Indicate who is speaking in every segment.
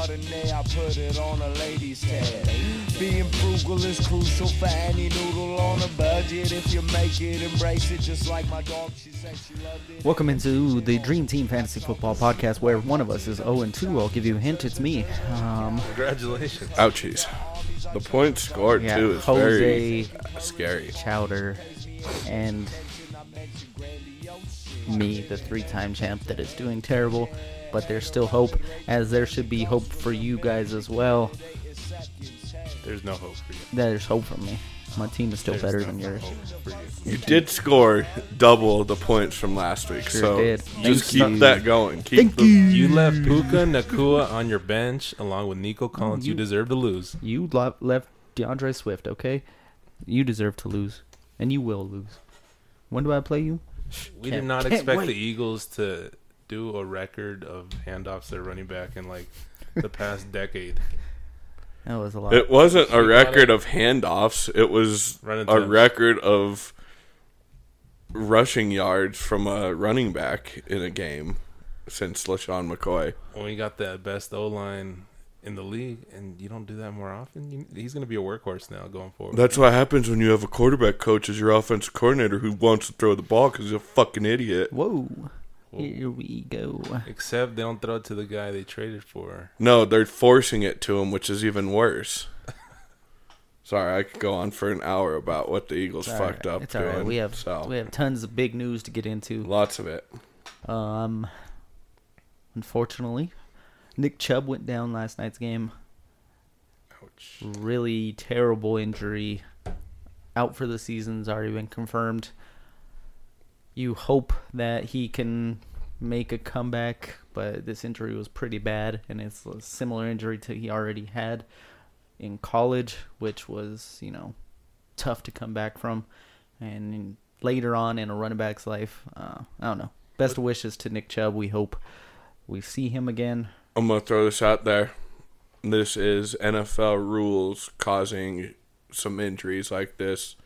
Speaker 1: Chardonnay, I put it on a lady's tab. Being frugal is crucial for any noodle on a budget. If you make it, embrace it. Just like my dog, she said she loved it.
Speaker 2: Welcome into the Dream Team Fantasy Football Podcast, where one of us is 0 and 2. I'll give you a hint, it's me. Um,
Speaker 3: Congratulations.
Speaker 4: Ouchies. The point scored
Speaker 2: Yeah,
Speaker 4: too is
Speaker 2: Jose.
Speaker 4: very scary.
Speaker 2: Chowder, and me, the three time champ that is doing terrible, but there's still hope, as there should be hope for you guys as well.
Speaker 3: There's no hope for you.
Speaker 2: There's hope for me. My team is still
Speaker 3: There's
Speaker 2: better
Speaker 3: no
Speaker 2: than yours.
Speaker 3: hope for you.
Speaker 4: You did score double the points from last week,
Speaker 2: Sure
Speaker 4: so
Speaker 2: did. Thank
Speaker 4: just keep
Speaker 2: you.
Speaker 4: that going. Keep
Speaker 2: Thank
Speaker 4: the,
Speaker 3: You left Puka Nakua on your bench along with Nico Collins. You,
Speaker 2: You-
Speaker 3: deserve to lose.
Speaker 2: You lo- left DeAndre Swift, okay? You deserve to lose, and you will lose. When do I play you?
Speaker 3: We did
Speaker 2: Can't-
Speaker 3: not
Speaker 2: can't
Speaker 3: expect
Speaker 2: wait.
Speaker 3: the Eagles to do a record of handoffs to running back in like the past decade.
Speaker 2: That was a lot.
Speaker 4: It wasn't a
Speaker 3: got
Speaker 4: record
Speaker 3: it.
Speaker 4: of handoffs. It was
Speaker 3: Run
Speaker 4: a
Speaker 3: attempts.
Speaker 4: record of rushing yards from a running back in a game since LaShawn McCoy.
Speaker 3: When we got the best O line in the league, and you don't do that more often, you, he's going to be a workhorse now going forward.
Speaker 4: That's what happens when you have a quarterback coach as your offensive coordinator who wants to throw the ball because he's a fucking idiot.
Speaker 2: Whoa.
Speaker 3: Whoa.
Speaker 2: Here we go.
Speaker 3: Except they don't throw it to the guy they traded for.
Speaker 4: No, they're forcing it to him, which is even worse. Sorry, I could go on for an hour about what the Eagles
Speaker 2: It's all
Speaker 4: fucked
Speaker 2: right.
Speaker 4: up
Speaker 2: It's all
Speaker 4: doing.
Speaker 2: right. We have
Speaker 4: so
Speaker 2: we have tons of big news to get into.
Speaker 4: lots of it.
Speaker 2: Um, unfortunately, Nick Chubb went down last night's game.
Speaker 4: Ouch.
Speaker 2: Really terrible injury. Out for the season's already been confirmed. You hope that he can make a comeback, but this injury was pretty bad, and it's a similar injury to he already had in college, which was you know tough to come back from. And in- later on in a running back's life, uh, I don't know. Best wishes to Nick Chubb. We hope we see him again.
Speaker 4: I'm gonna throw this out there. This is NFL rules causing some injuries like this.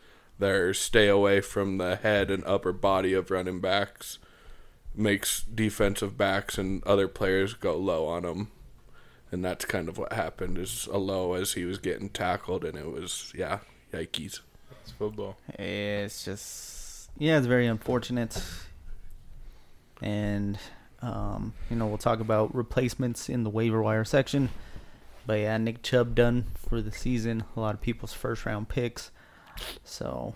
Speaker 4: Their stay away from the head and upper body of running backs makes defensive backs and other players go low on him, and that's kind of what happened. Is a low as he was getting tackled, and it was yeah, yikes.
Speaker 3: It's football.
Speaker 2: It's just yeah, it's very unfortunate. And um, you know, we'll talk about replacements in the waiver wire section. But yeah, Nick Chubb done for the season. A lot of people's first round picks. So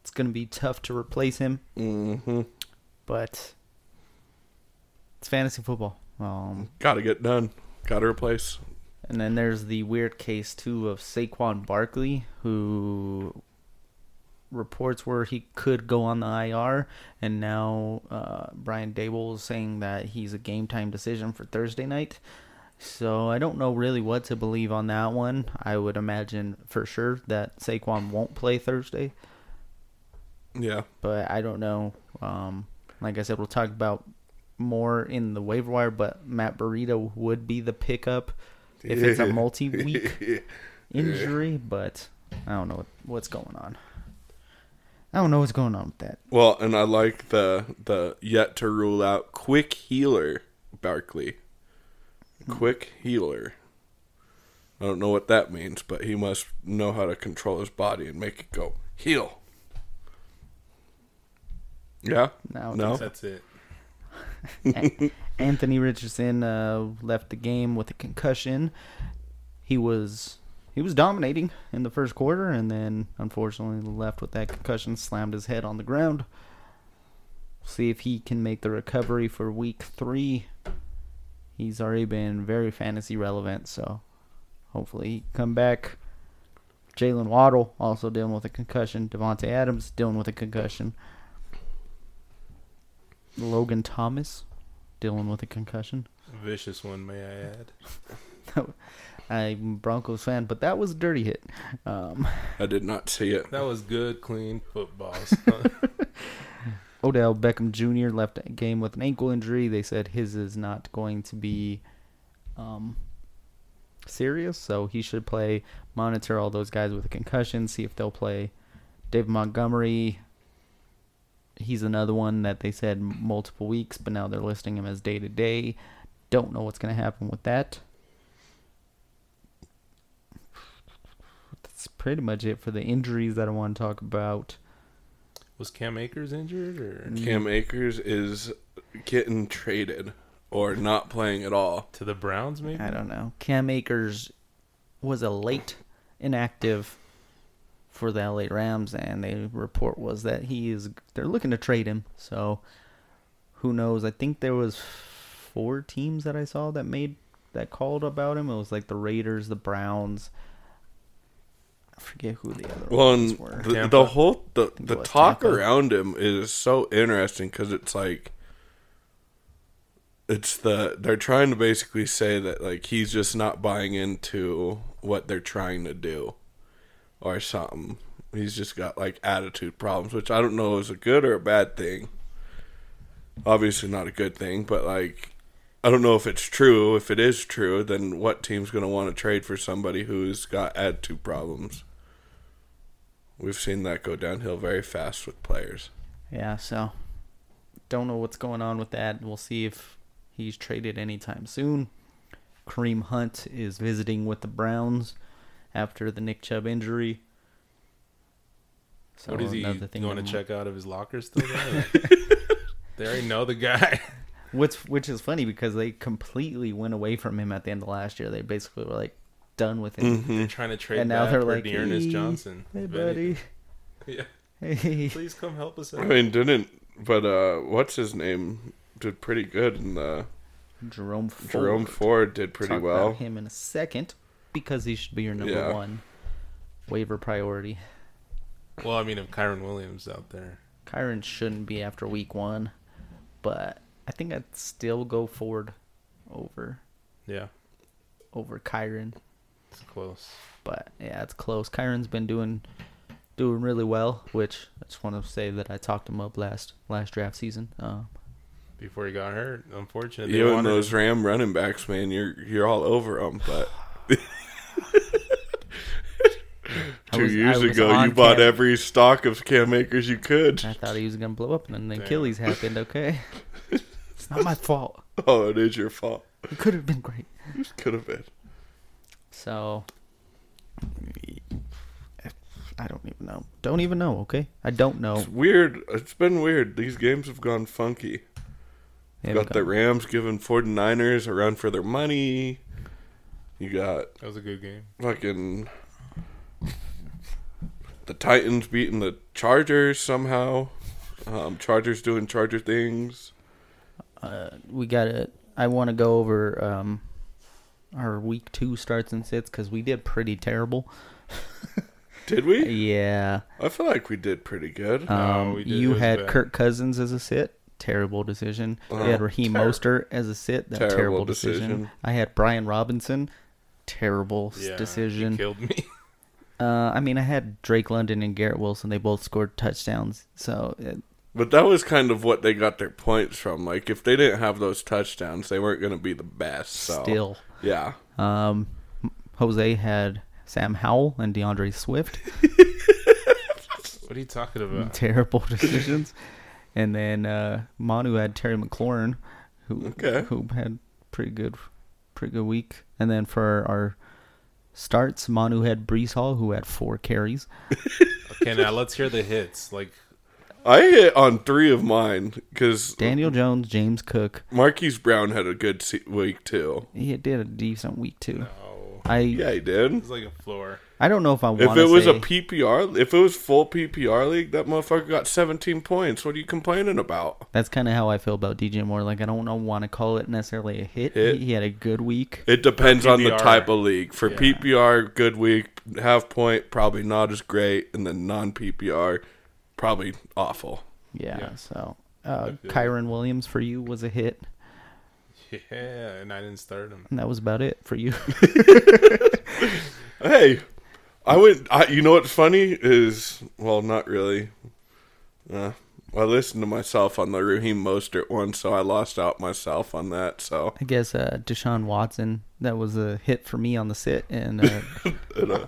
Speaker 2: it's gonna be tough to replace him,
Speaker 4: Mm-hmm.
Speaker 2: but it's fantasy football. Um,
Speaker 4: Got to get done. Got to replace.
Speaker 2: And then there's the weird case too of Saquon Barkley, who reports where he could go on the IR, and now uh, Brian Dable is saying that he's a game time decision for Thursday night. So I don't know really what to believe on that one. I would imagine for sure that Saquon won't play Thursday,
Speaker 4: Yeah.
Speaker 2: but I don't know. Um, like I said, we'll talk about more in the waiver wire, but Matt Burrito would be the pickup if it's a multi-week injury, but I don't know what, what's going on. I don't know what's going on with that.
Speaker 4: Well, and I like the the yet to rule out quick healer Barkley. Quick healer. I don't know what that means, but he must know how to control his body and make it go heal. Yeah.
Speaker 2: No,
Speaker 4: No.
Speaker 3: That's it.
Speaker 2: Anthony Richardson uh, left the game with a concussion. He was he was dominating in the first quarter, and then unfortunately left with that concussion, slammed his head on the ground. See if he can make the recovery for week three. He's already been very fantasy relevant, so hopefully he can come back. Jalen Waddle also dealing with a concussion. Devonte Adams dealing with a concussion. Logan Thomas dealing with a concussion.
Speaker 3: Vicious one, may I add.
Speaker 2: I'm a Broncos fan, but that was a dirty hit. Um,
Speaker 4: I did not see it.
Speaker 3: That was good, clean football.
Speaker 2: Odell Beckham Jr. left a game with an ankle injury. They said his is not going to be um, serious, so he should play. Monitor all those guys with a concussion, see if they'll play. David Montgomery, he's another one that they said multiple weeks, but now they're listing him as day to day. Don't know what's going to happen with that. that's pretty much it for the injuries that I want to talk about.
Speaker 3: Was Cam Akers injured or
Speaker 4: Cam Akers is getting traded or not playing at all.
Speaker 3: to the Browns maybe?
Speaker 2: I don't know. Cam Akers was a late inactive for the LA Rams, and the report was that he is. They're looking to trade him, so who knows? I think there was four teams that I saw that made that called about him. It was like the Raiders, the Browns. I forget who the other
Speaker 4: Well,
Speaker 2: ones
Speaker 4: and
Speaker 2: were.
Speaker 4: the, the
Speaker 3: Tampa.
Speaker 4: whole the,
Speaker 2: it
Speaker 4: the
Speaker 2: was
Speaker 4: talk
Speaker 2: Tampa.
Speaker 4: around him is so interesting because it's like it's the they're trying to basically say that like he's just not buying into what they're trying to do or something. He's just got like attitude problems, which I don't know is a good or a bad thing. Obviously, not a good thing, but like I don't know if it's true. If it is true, then what team's going to want to trade for somebody who's got attitude problems? We've seen that go downhill very fast with players.
Speaker 2: Yeah, so don't know what's going on with that. We'll see if he's traded anytime soon. Kareem Hunt is visiting with the Browns after the Nick Chubb injury. So
Speaker 3: what is he
Speaker 2: Oh, another thing
Speaker 3: going to
Speaker 2: to-
Speaker 3: check out of his locker still? there? they already know the guy.
Speaker 2: Which which is funny because they completely went away from him at the end of last year. They basically were like done with him.
Speaker 3: they're trying to Mm-hmm. trade
Speaker 2: And now
Speaker 3: back
Speaker 2: they're
Speaker 3: for
Speaker 2: like,
Speaker 3: Dearness
Speaker 2: "Hey,
Speaker 3: Johnson.
Speaker 2: Hey
Speaker 3: if
Speaker 2: buddy.
Speaker 3: anything. Yeah.
Speaker 2: Hey.
Speaker 3: Please come help us
Speaker 4: I
Speaker 3: out.
Speaker 4: mean, didn't but uh, what's his name did pretty good in the
Speaker 2: Jerome Ford.
Speaker 4: Jerome Ford did pretty
Speaker 2: Talk
Speaker 4: well.
Speaker 2: about him in a second because he should be your number
Speaker 4: Yeah.
Speaker 2: one waiver priority.
Speaker 3: Well, I mean, if Kyron Williams out there,
Speaker 2: Kyron shouldn't be after week one, but I think I'd still go Ford over
Speaker 3: yeah,
Speaker 2: over Kyron.
Speaker 3: it's close.
Speaker 2: But yeah, it's close. Kyron's been doing doing really well, which I just want to say that I talked him up last last draft season. Um,
Speaker 3: Before he got hurt, unfortunate. They
Speaker 4: You and
Speaker 3: wanted-
Speaker 4: those Ram running backs, man, you're you're all over them. But
Speaker 2: I
Speaker 4: two
Speaker 2: was- I
Speaker 4: years
Speaker 2: was
Speaker 4: ago,
Speaker 2: on
Speaker 4: you bought
Speaker 2: Cam-
Speaker 4: every stock of Cam Akers you could.
Speaker 2: I thought he was gonna blow up, and then the
Speaker 3: Damn.
Speaker 2: Achilles happened. Okay, it's not my fault.
Speaker 4: Oh, it is your fault.
Speaker 2: It could have been great.
Speaker 4: Could have been.
Speaker 2: So I don't even know. Don't even know. Okay, I don't know.
Speaker 4: It's weird. It's been weird. These games have gone funky.
Speaker 2: There we
Speaker 4: got
Speaker 2: go.
Speaker 4: the Rams giving 49ers a run for their money. You got
Speaker 3: That was a good game.
Speaker 4: fucking the Titans beating the Chargers somehow. Um, Chargers doing Charger things.
Speaker 2: we gotta i want to go over um our week two starts and sits because we did pretty terrible
Speaker 4: Did we?
Speaker 2: yeah
Speaker 4: I feel like we did pretty good.
Speaker 2: um
Speaker 3: we did- it
Speaker 2: you
Speaker 3: was
Speaker 2: had
Speaker 3: bad. Uh,
Speaker 2: kirk cousins as a sit terrible decision you had raheem
Speaker 4: ter-
Speaker 2: mostert as a sit that terrible,
Speaker 4: terrible
Speaker 2: decision.
Speaker 4: decision.
Speaker 2: i had brian robinson terrible s-
Speaker 3: Yeah,
Speaker 2: decision
Speaker 3: He killed me.
Speaker 2: uh i mean i had drake london and garrett wilson they both scored touchdowns so it,
Speaker 4: But that was kind of what they got their points from. Like, if they didn't have those touchdowns, they weren't going to be the best. So.
Speaker 2: still
Speaker 4: Yeah.
Speaker 2: um jose had sam howell and deandre swift
Speaker 3: what are you talking about?
Speaker 2: terrible decisions. and then uh, Manu had Terry McLaurin, who
Speaker 4: Okay.
Speaker 2: who had pretty good, pretty good week. And then for our starts, Manu had Brees Hall, who had four carries.
Speaker 3: Okay, now let's hear the hits. Like,
Speaker 4: I hit on three of mine because
Speaker 2: Daniel Jones, James Cook,
Speaker 4: Marquise Brown had a good se- week, too.
Speaker 2: he did a decent week too.
Speaker 3: oh,
Speaker 2: I
Speaker 4: Yeah, he did.
Speaker 3: it's like a floor.
Speaker 2: I don't know if I
Speaker 4: If
Speaker 2: want
Speaker 4: it
Speaker 2: to
Speaker 4: was
Speaker 2: say
Speaker 4: a PPR, if it was full PPR league, that motherfucker got 17 points. What are you complaining about?
Speaker 2: that's kind of how I feel about DJ Moore. Like I don't know, want to call it necessarily a hit.
Speaker 4: Hit.
Speaker 2: He, he had a good week.
Speaker 4: It depends on the
Speaker 3: PPR.
Speaker 4: type of league. For
Speaker 3: Yeah.
Speaker 4: PPR, good week, half point, probably not as great, and then non PPR, probably awful.
Speaker 2: Yeah.
Speaker 3: Yeah.
Speaker 2: So uh,
Speaker 3: feel
Speaker 2: Kyron Williams for you was a hit.
Speaker 3: Yeah, and I didn't start him.
Speaker 2: And that was about it for you.
Speaker 4: Hey, I went. I, you know what's funny is well, not really. Uh, I listened to myself on the Raheem Mostert one, so I lost out myself on that. So
Speaker 2: I guess uh, Deshaun Watson. That was a hit for me on the sit and uh,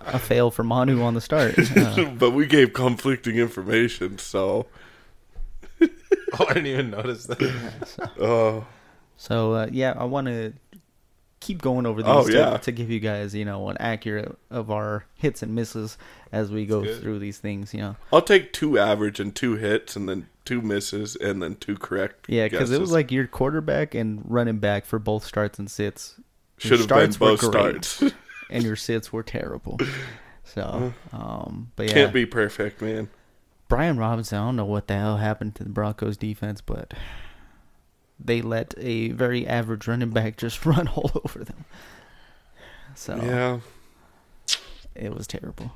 Speaker 2: a fail for Manu on the start. Uh,
Speaker 4: but we gave conflicting information. So
Speaker 3: Oh, I didn't even notice that.
Speaker 4: uh,
Speaker 2: so uh, yeah, I want to keep going over these
Speaker 4: Oh,
Speaker 2: to,
Speaker 4: yeah.
Speaker 2: to give you guys, you know, an accurate of our hits and misses as we go
Speaker 3: good.
Speaker 2: through these things, you know.
Speaker 4: I'll take two average and two hits, and then two misses, and then two correct.
Speaker 2: Yeah, because it was
Speaker 4: guesses.
Speaker 2: like your quarterback and running back for both starts and sits. Your
Speaker 4: should have been
Speaker 2: starts were
Speaker 4: both
Speaker 2: great,
Speaker 4: starts.
Speaker 2: and your sits were terrible. So, um, but yeah,
Speaker 4: Can't be perfect, man.
Speaker 2: Brian Robinson, I don't know what the hell happened to the Broncos defense, but they let a very average running back just run all over them. So
Speaker 4: Yeah,
Speaker 2: it was terrible.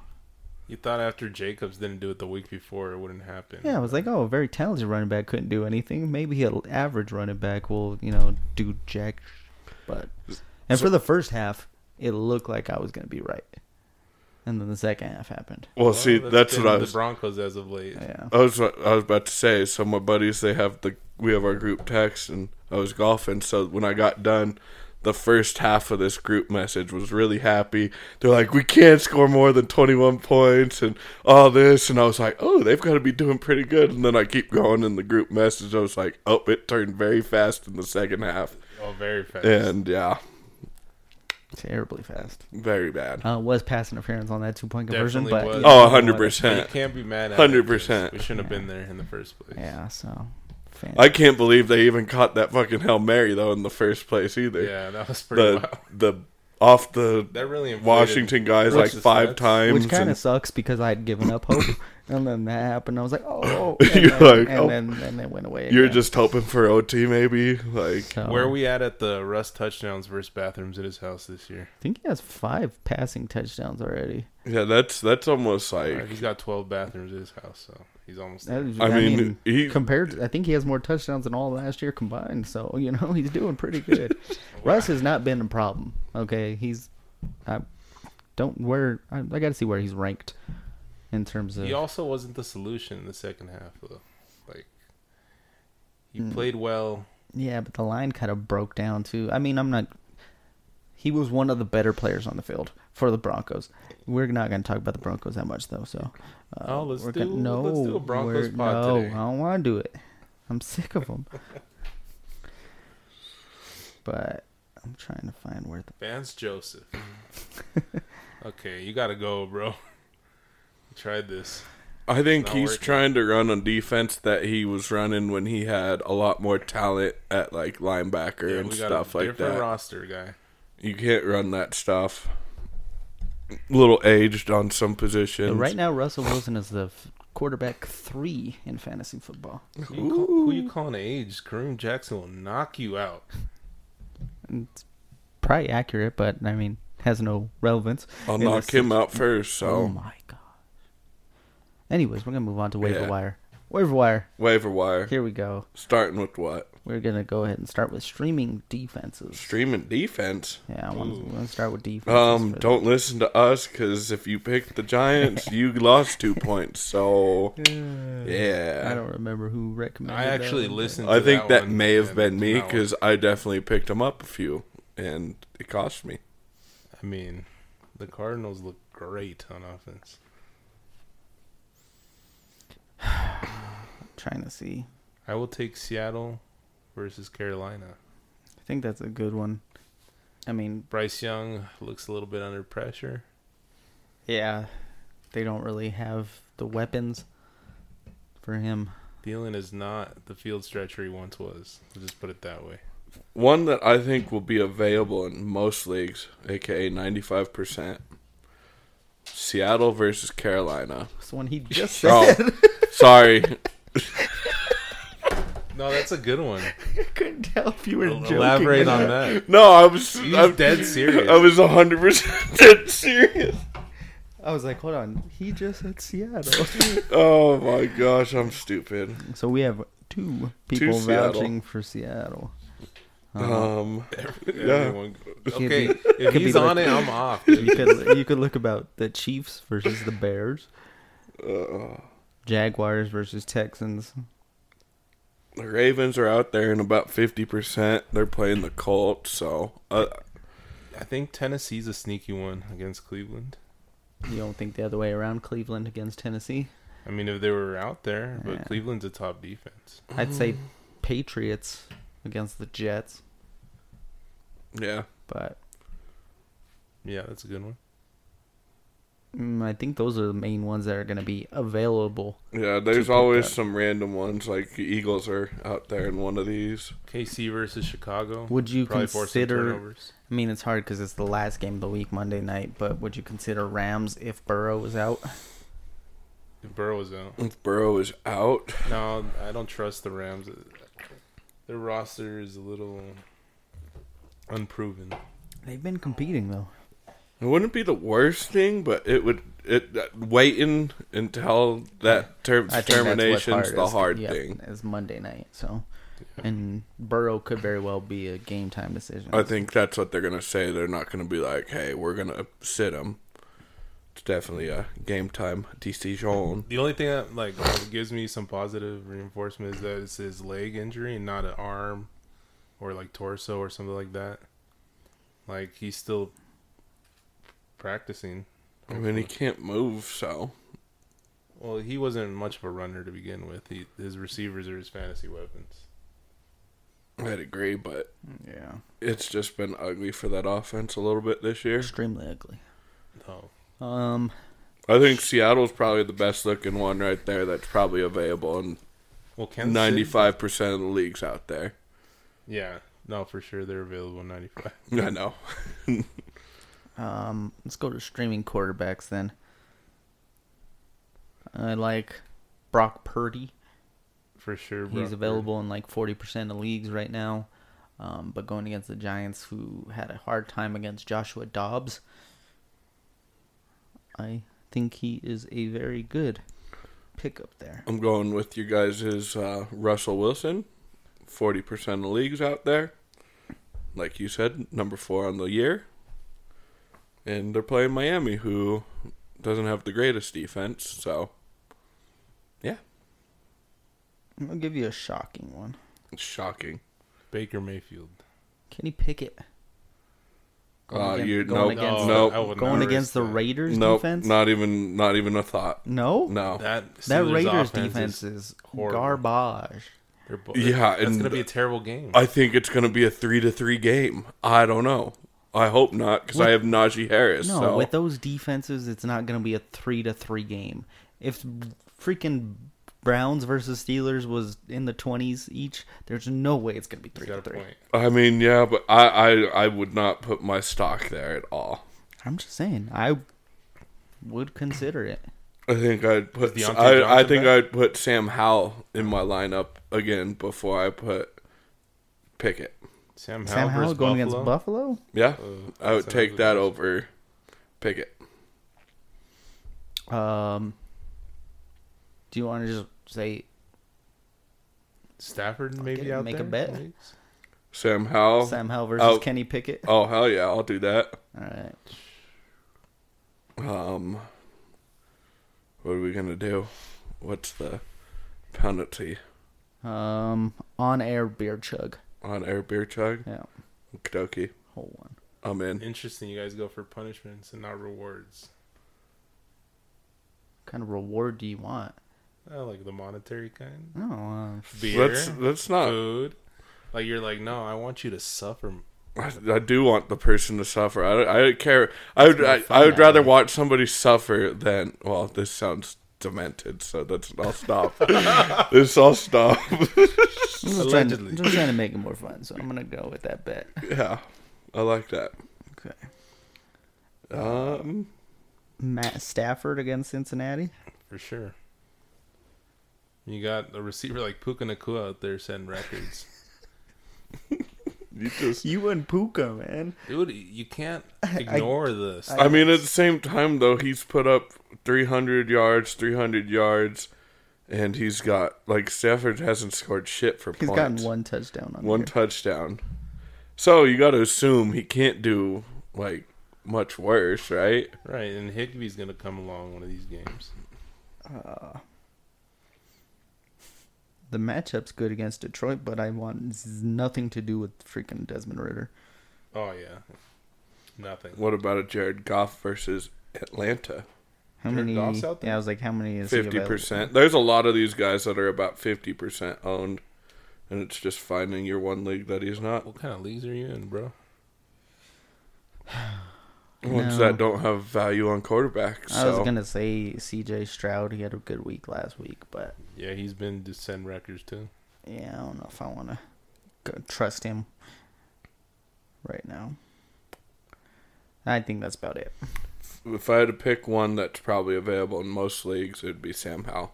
Speaker 3: You thought after Jacobs didn't do it the week before, it wouldn't happen.
Speaker 2: Yeah, I was like, oh, a very talented running back couldn't do anything. Maybe an average running back will, you know, do jack. sh- But and for the first half, it looked like I was gonna be right, and then the second half happened.
Speaker 4: well,
Speaker 3: Well,
Speaker 4: see, that's
Speaker 3: been
Speaker 4: what I
Speaker 3: The
Speaker 4: was.
Speaker 3: Broncos as of late.
Speaker 2: Yeah.
Speaker 4: I was I was about to say. So my buddies, they have the we have our group text, and I was golfing. So when I got done, the first half of this group message was really happy. They're like, "We can't score more than twenty one points," and all this. And I was like, "Oh, they've got to be doing pretty good." And then I keep going in the group message. I was like, "Oh, it turned very fast in the second half,"
Speaker 3: Oh, very fast.
Speaker 4: and yeah,
Speaker 2: terribly fast.
Speaker 4: very bad.
Speaker 2: Uh, was pass interference on that two point conversion,
Speaker 3: Definitely
Speaker 2: but
Speaker 3: was.
Speaker 2: you
Speaker 4: Oh,
Speaker 2: know what?
Speaker 4: 100%.
Speaker 3: You can't be mad at it,
Speaker 4: 100%.
Speaker 3: 'cause We shouldn't have been there in the first place.
Speaker 2: Yeah, so fan-
Speaker 4: I can't believe they even caught that fucking hail mary though in the first place either.
Speaker 3: Yeah, that was pretty
Speaker 4: the
Speaker 3: wild.
Speaker 4: the off the
Speaker 3: That really inflated
Speaker 4: Washington guys like
Speaker 3: Rush's
Speaker 4: five
Speaker 3: stats.
Speaker 4: times.
Speaker 2: which kind
Speaker 4: and-
Speaker 2: of sucks because I had given up hope, and then that happened. I was like, oh, oh, and,
Speaker 4: You're
Speaker 2: then,
Speaker 4: like,
Speaker 2: and
Speaker 4: oh.
Speaker 2: then and then went away.
Speaker 4: you're
Speaker 2: again.
Speaker 4: just hoping for OT maybe. Like
Speaker 2: So,
Speaker 3: Where are we at at the Russ touchdowns versus bathrooms at his house this year?
Speaker 2: I think he has five passing touchdowns already.
Speaker 4: yeah, that's that's almost
Speaker 3: Alright,
Speaker 4: like
Speaker 3: he's got 12 bathrooms at his house, so he's almost
Speaker 2: That
Speaker 3: there.
Speaker 2: is-
Speaker 4: I mean, he-
Speaker 2: compared, to- I think he has more touchdowns than all last year combined. So you know he's doing pretty good. Russ has not been a problem. Okay, he's I don't where I, I got to see where he's ranked in terms of
Speaker 3: He also wasn't the solution in the second half, though. Like, he
Speaker 2: Hmm.
Speaker 3: played well.
Speaker 2: yeah, but the line kind of broke down too. I mean, I'm not. He was one of the better players on the field for the Broncos. We're not going to talk about the Broncos that much though. So uh,
Speaker 3: Oh, let's
Speaker 2: we're
Speaker 3: do-
Speaker 2: gonna- no,
Speaker 3: let's do a Broncos
Speaker 2: we're-
Speaker 3: pod
Speaker 2: no,
Speaker 3: today.
Speaker 2: I don't want to do it. I'm sick of them. but I'm trying to find where the
Speaker 3: Vance Joseph. okay, you gotta go, bro. You tried this.
Speaker 4: I think
Speaker 3: not
Speaker 4: he's
Speaker 3: working.
Speaker 4: trying to run on defense that he was running when he had a lot more talent at like linebacker
Speaker 3: Yeah,
Speaker 4: and
Speaker 3: we got a
Speaker 4: stuff like
Speaker 3: different
Speaker 4: that.
Speaker 3: roster guy.
Speaker 4: You can't run that stuff. Little aged on some positions.
Speaker 2: So right now, Russell Wilson is the f- quarterback three in fantasy football.
Speaker 3: Who you, call, who you calling age? Kareem Jackson will knock you out.
Speaker 2: And It's probably accurate, but I mean, has no relevance.
Speaker 4: I'll
Speaker 2: in
Speaker 4: knock
Speaker 2: this-
Speaker 4: him out first. So
Speaker 2: Oh my god. Anyways, we're gonna move on to waiver
Speaker 4: Yeah.
Speaker 2: wire. Waiver wire.
Speaker 4: waiver wire.
Speaker 2: Here we go.
Speaker 4: Starting with what?
Speaker 2: We're gonna go ahead and start with streaming defenses.
Speaker 4: Streaming defense.
Speaker 2: Yeah, I want to start with defenses.
Speaker 4: Um,
Speaker 2: for the-
Speaker 4: don't listen to us because if you picked the Giants, you lost two points. So yeah,
Speaker 2: I don't remember who recommended.
Speaker 3: I
Speaker 2: that
Speaker 3: actually
Speaker 2: one, but-
Speaker 3: listened. To
Speaker 4: I think that,
Speaker 3: one
Speaker 4: may have
Speaker 3: and
Speaker 4: been me
Speaker 3: that one.
Speaker 4: because I definitely picked them up a few, and it cost me.
Speaker 3: I mean, the Cardinals look great on offense.
Speaker 2: Trying to see.
Speaker 3: I will take Seattle versus Carolina.
Speaker 2: I think that's a good one. I mean,
Speaker 3: Bryce Young looks a little bit under pressure.
Speaker 2: yeah, they don't really have the weapons for him.
Speaker 3: Thielen is not the field stretcher he once was. Let's just put it that way.
Speaker 4: One that I think will be available in most leagues, aka ninety-five percent. Seattle versus Carolina.
Speaker 2: This one he just said.
Speaker 4: Oh, sorry.
Speaker 3: No, that's a good one.
Speaker 2: couldn't tell if you were joking.
Speaker 3: Elaborate on that.
Speaker 4: No, I was.
Speaker 3: He's
Speaker 4: I'm
Speaker 3: dead serious.
Speaker 4: I was hundred percent dead serious.
Speaker 2: I was like, hold on. He just said Seattle.
Speaker 4: Oh my gosh, I'm stupid.
Speaker 2: so we have two people
Speaker 4: Seattle.
Speaker 2: vouching for Seattle. Uh-huh.
Speaker 4: Um, yeah.
Speaker 3: Everyone-
Speaker 2: could
Speaker 3: Okay,
Speaker 2: be-
Speaker 3: if
Speaker 2: could be
Speaker 3: he's on
Speaker 2: like-
Speaker 3: it, I'm off.
Speaker 2: You
Speaker 3: dude.
Speaker 2: could you could look about the Chiefs versus the Bears,
Speaker 4: Uh,
Speaker 2: Jaguars versus Texans.
Speaker 4: the Ravens are out there in about 50%. They're playing the Colts, so uh,
Speaker 3: I think Tennessee's a sneaky one against Cleveland.
Speaker 2: You don't think the other way around? Cleveland against Tennessee.
Speaker 3: I mean, if they were out there, but
Speaker 2: Yeah.
Speaker 3: Cleveland's a top defense.
Speaker 2: I'd say Patriots against the Jets.
Speaker 4: yeah.
Speaker 2: But
Speaker 3: Yeah, that's a good one.
Speaker 2: mm, I think those are the main ones that are going to be available.
Speaker 4: Yeah, there's
Speaker 2: pick
Speaker 4: always
Speaker 2: up.
Speaker 4: some random ones like Eagles are out there in one of these.
Speaker 3: KC versus Chicago.
Speaker 2: Would you
Speaker 3: force some
Speaker 2: consider?
Speaker 3: turnovers.
Speaker 2: I mean, it's hard because it's the last game of the week, Monday night. But would you consider Rams if Burrow was out?
Speaker 3: If Burrow was out.
Speaker 4: If Burrow is out,
Speaker 3: No, I don't trust the Rams. Their roster is a little unproven.
Speaker 2: They've been competing though.
Speaker 4: it wouldn't be the worst thing, but it would. It that- waiting until that ter-
Speaker 2: I think that's what's
Speaker 4: termination's the
Speaker 2: is-
Speaker 4: hard
Speaker 2: yeah,
Speaker 4: thing.
Speaker 2: Is Monday night, so and Burrow could very well be a game time decision.
Speaker 4: I think that's what they're gonna say. They're not gonna be like, "Hey, we're gonna sit him." It's definitely a game time decision.
Speaker 3: The only thing that like gives me some positive reinforcement is that it's his leg injury and not an arm or like torso or something like that. Like he's still practicing.
Speaker 4: I mean, he can't move, so
Speaker 3: Well, he wasn't much of a runner to begin with. He, his receivers are his fantasy weapons.
Speaker 4: I'd agree. But
Speaker 2: yeah,
Speaker 4: it's just been ugly for that offense a little bit this year.
Speaker 2: extremely ugly.
Speaker 3: Oh,
Speaker 2: Um,
Speaker 4: I think Seattle's probably the best looking one right there. That's probably available in
Speaker 3: well, Kansas
Speaker 4: ninety
Speaker 3: City-
Speaker 4: five percent of the leagues out there.
Speaker 3: Yeah, no, for sure they're available ninety five.
Speaker 4: I know.
Speaker 2: um, let's go to streaming quarterbacks then. I like Brock Purdy.
Speaker 3: For sure, Brock
Speaker 2: He's
Speaker 3: Purdy.
Speaker 2: available in like forty percent of leagues right now. Um, but going against the Giants, who had a hard time against Joshua Dobbs, I think he is a very good pickup there.
Speaker 4: I'm going with you guys is uh, Russell Wilson, forty percent of the leagues out there. Like you said, number four on the year, and they're playing Miami, who doesn't have the greatest defense. So, yeah,
Speaker 2: I'll give you a shocking one.
Speaker 4: it's shocking.
Speaker 3: Baker Mayfield.
Speaker 2: Kenny Pickett.
Speaker 4: Uh,
Speaker 2: again-
Speaker 4: you
Speaker 2: going
Speaker 4: nope,
Speaker 2: against-
Speaker 4: nope,
Speaker 3: I would not
Speaker 2: Going
Speaker 3: risk
Speaker 2: against the
Speaker 3: Oh, that.
Speaker 2: Raiders
Speaker 4: nope,
Speaker 2: defense?
Speaker 4: not even, not even a thought.
Speaker 2: No?
Speaker 4: No,
Speaker 3: That
Speaker 2: That
Speaker 3: Steelers
Speaker 2: Raiders
Speaker 3: offense
Speaker 2: defense is,
Speaker 3: horrible.
Speaker 2: garbage.
Speaker 3: They're bo-
Speaker 4: Yeah,
Speaker 3: that's
Speaker 4: and
Speaker 3: gonna be a terrible game.
Speaker 4: I think it's going to be a three to three game. I don't know. I hope not because I
Speaker 2: With-
Speaker 4: have Najee Harris.
Speaker 2: No,
Speaker 4: so.
Speaker 2: with those defenses, it's not going to be a 3 to 3 game. If freaking Browns versus Steelers was in the 20s each, there's no way it's going to be 3
Speaker 3: He's got
Speaker 2: to
Speaker 3: a
Speaker 2: 3.
Speaker 3: point.
Speaker 4: I mean, yeah, but I, I, I would not put my stock there at all.
Speaker 2: I'm just saying. I would consider it.
Speaker 4: I think I'd put
Speaker 3: Is Deontay
Speaker 4: I, I
Speaker 3: Johnson
Speaker 4: think
Speaker 3: back?
Speaker 4: I'd put Sam Howell in my lineup again before I put Pickett.
Speaker 3: Sam Howell,
Speaker 2: Sam Howell
Speaker 3: versus
Speaker 2: going against
Speaker 3: Buffalo?
Speaker 2: Buffalo?
Speaker 4: Yeah,
Speaker 3: Uh,
Speaker 4: I would
Speaker 3: sounds
Speaker 4: take that
Speaker 3: good.
Speaker 4: over Pickett.
Speaker 2: Um, do you want to just say
Speaker 3: Stafford maybe
Speaker 2: Okay,
Speaker 3: out
Speaker 2: make a
Speaker 3: there?
Speaker 2: bet.
Speaker 3: maybe?
Speaker 4: Sam Howell.
Speaker 2: Sam Howell versus
Speaker 4: oh.
Speaker 2: Kenny Pickett?
Speaker 4: Oh hell yeah, I'll do that.
Speaker 2: All right.
Speaker 4: Um, what are we gonna do? What's the penalty
Speaker 2: Um, on air beer chug.
Speaker 4: on air beer chug?
Speaker 2: Yeah,
Speaker 4: Kadoki,
Speaker 2: hold on.
Speaker 4: I'm in.
Speaker 3: Interesting, you guys go for punishments and not rewards.
Speaker 2: What kind of reward do you want?
Speaker 3: Uh, like the monetary kind,
Speaker 2: Oh, um,
Speaker 3: beer,
Speaker 4: Let's let's not.
Speaker 3: food. Like you're like, no, I want you to suffer.
Speaker 4: I, I do want the person to suffer. I don't, I don't care. I would I, I would
Speaker 2: that
Speaker 4: rather
Speaker 2: way.
Speaker 4: watch somebody suffer than. Well, this sounds demented, so that's I'll stop. this I'll stop.
Speaker 2: I'm just, trying to,
Speaker 3: Allegedly.
Speaker 2: I'm just trying to make it more fun, so I'm gonna go with that bet.
Speaker 4: yeah, I like that.
Speaker 2: Okay.
Speaker 4: Um,
Speaker 2: Matt Stafford against Cincinnati.
Speaker 3: For sure. You got a receiver like Puka Nakua out there setting records.
Speaker 4: you just.
Speaker 2: You and Puka, man.
Speaker 3: Dude, you can't ignore this.
Speaker 4: I mean, at the same time, though, he's put up 300 yards, 300 yards, and he's got like Stafford hasn't scored shit for
Speaker 2: He's
Speaker 4: points.
Speaker 2: gotten one touchdown on
Speaker 4: one
Speaker 2: here.
Speaker 4: touchdown. So you got to assume he can't do like much worse, right?
Speaker 3: right, and Higby's gonna come along one of these games.
Speaker 2: the matchup's good against Detroit, but I want z- nothing to do with freaking Desmond Ritter.
Speaker 3: Oh yeah. Nothing.
Speaker 4: What about a Jared Goff versus Atlanta?
Speaker 2: How
Speaker 3: Jared
Speaker 2: many?
Speaker 3: Goff's out there?
Speaker 2: Yeah, I was like, how many is he
Speaker 4: Fifty
Speaker 2: available?
Speaker 4: percent. There's a lot of these guys that are about fifty percent owned, and it's just finding your one league that he's not.
Speaker 3: What kind of leagues are you in, bro?
Speaker 2: No.
Speaker 4: Ones that don't have value on quarterbacks.
Speaker 2: I was
Speaker 4: so.
Speaker 2: gonna say C.J. Stroud. He had a good week last week, but
Speaker 3: Yeah, he's been to send records too.
Speaker 2: yeah, I don't know if I want to trust him right now. I think that's about it.
Speaker 4: If I had to pick one that's probably available in most leagues, it'd be Sam Howell.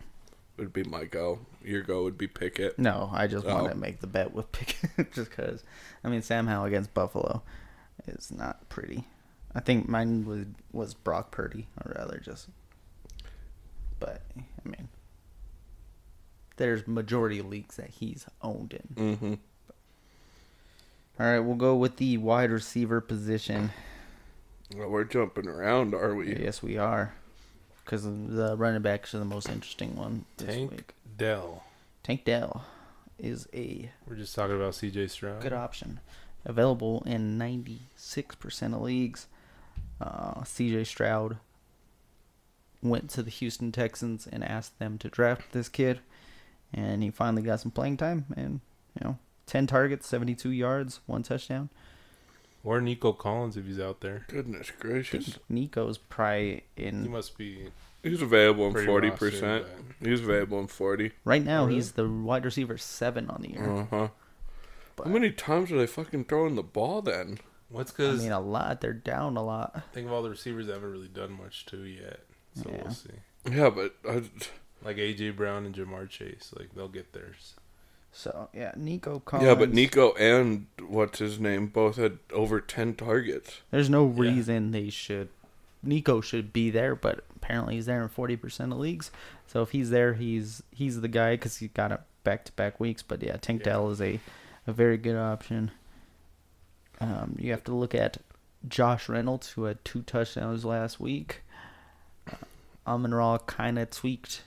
Speaker 4: Would be my go. Your go would be Pickett.
Speaker 2: No, I just want
Speaker 4: Oh.
Speaker 2: to make the bet with Pickett just because. I mean, Sam Howell against Buffalo is not pretty. I think mine was was Brock Purdy. I'd rather just. But I mean, there's majority leagues that he's owned in.
Speaker 4: Mm-hmm.
Speaker 2: All right, we'll go with the wide receiver position.
Speaker 4: Well, we're jumping around, are we?
Speaker 2: Yes, we are, because the running backs are the most interesting one this
Speaker 3: Tank
Speaker 2: week.
Speaker 3: Dell.
Speaker 2: Tank Dell is a
Speaker 3: We're just talking about C.J. Stroud.
Speaker 2: good option. Available in 96% of leagues. Uh, CJ Stroud went to the Houston Texans and asked them to draft this kid. And he finally got some playing time and, you know, 10 targets, 72 yards, one touchdown.
Speaker 3: Or Nico Collins if he's out there.
Speaker 4: Goodness gracious.
Speaker 2: Nico's probably
Speaker 3: He
Speaker 2: in.
Speaker 3: must be.
Speaker 4: He's available in
Speaker 3: Pretty
Speaker 4: forty percent.
Speaker 3: rostered,
Speaker 4: He's available in forty.
Speaker 2: Right now,
Speaker 3: really?
Speaker 2: he's the wide receiver seven on the year.
Speaker 4: Uh huh.
Speaker 2: But-
Speaker 4: How many times are they fucking throwing the ball then?
Speaker 3: What's
Speaker 2: I
Speaker 3: because
Speaker 2: mean, uh, a lot. They're down a lot.
Speaker 3: think of all the receivers that haven't really done much too yet. So
Speaker 2: Yeah.
Speaker 3: we'll see.
Speaker 4: Yeah, but uh, I,
Speaker 3: Like A.J. Brown and Jamar Chase, like they'll get theirs.
Speaker 2: So, yeah, Nico Collins.
Speaker 4: yeah, but Nico and what's his name both had over ten targets.
Speaker 2: There's no reason they should. Nico should be there, but apparently he's there in 40% of leagues. So if he's there, he's he's the guy because he got it back to back weeks. But yeah, Tank
Speaker 3: Yeah.
Speaker 2: Dell is a, a very good option. Um, you have to look at Josh Reynolds, who had two touchdowns last week. Uh, Amon Ra kind of tweaked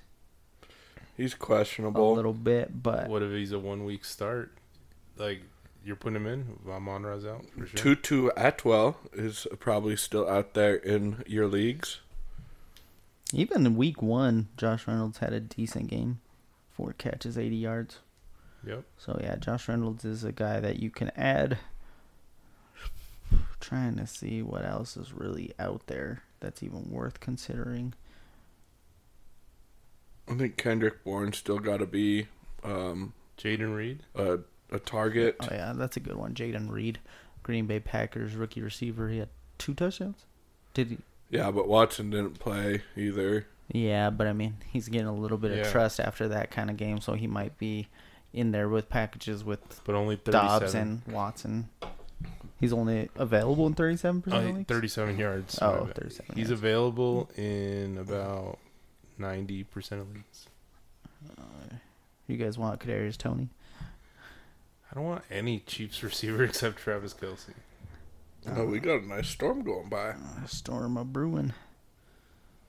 Speaker 4: He's
Speaker 2: a
Speaker 4: questionable.
Speaker 2: little bit, but
Speaker 3: What if he's a one week start? Like you're putting him in. Amon Ra's out for sure.
Speaker 4: Tutu Atwell is probably still out there in your leagues.
Speaker 2: even in week one, Josh Reynolds had a decent game. Four catches, 80 yards.
Speaker 3: Yep.
Speaker 2: So yeah, Josh Reynolds is a guy that you can add. Trying to see what else is really out there that's even worth considering.
Speaker 4: I think Kendrick Bourne still got to be um,
Speaker 3: Jaden Reed.
Speaker 4: a, a target.
Speaker 2: Oh yeah, that's a good one. Jaden Reed, Green Bay Packers rookie receiver. He had two touchdowns. Did he?
Speaker 4: Yeah, but Watson didn't play either.
Speaker 2: Yeah, but I mean, he's getting a little bit
Speaker 3: Yeah.
Speaker 2: of trust after that kind of game, so he might be in there with packages with
Speaker 3: But only Oh, 37.
Speaker 2: Dobbs and Watson. He's only available in 37%
Speaker 3: Oh,
Speaker 2: of leagues?
Speaker 3: 37 yards.
Speaker 2: Oh,
Speaker 3: My bad.
Speaker 2: 37
Speaker 3: He's
Speaker 2: yards.
Speaker 3: available in about 90% of leagues.
Speaker 2: You guys want Kadarius Tony?
Speaker 3: I don't want any Chiefs receiver except Travis Kelsey.
Speaker 4: Oh, we
Speaker 2: Uh-huh.
Speaker 4: got a nice storm going by.
Speaker 2: Storm a Bruin.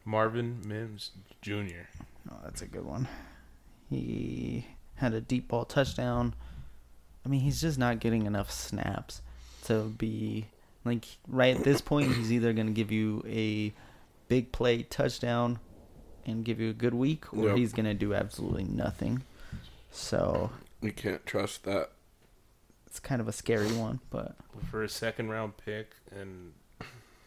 Speaker 3: Marvin Mims Jr.
Speaker 2: Oh, that's a good one. He had a deep ball touchdown. I mean, he's just not getting enough snaps to be like right at this point. He's either going to give you a big play touchdown and give you a good week, or
Speaker 4: Yep.
Speaker 2: he's going to do absolutely nothing. So
Speaker 4: We can't trust that.
Speaker 2: it's kind of a scary one, but
Speaker 3: For a second round pick, and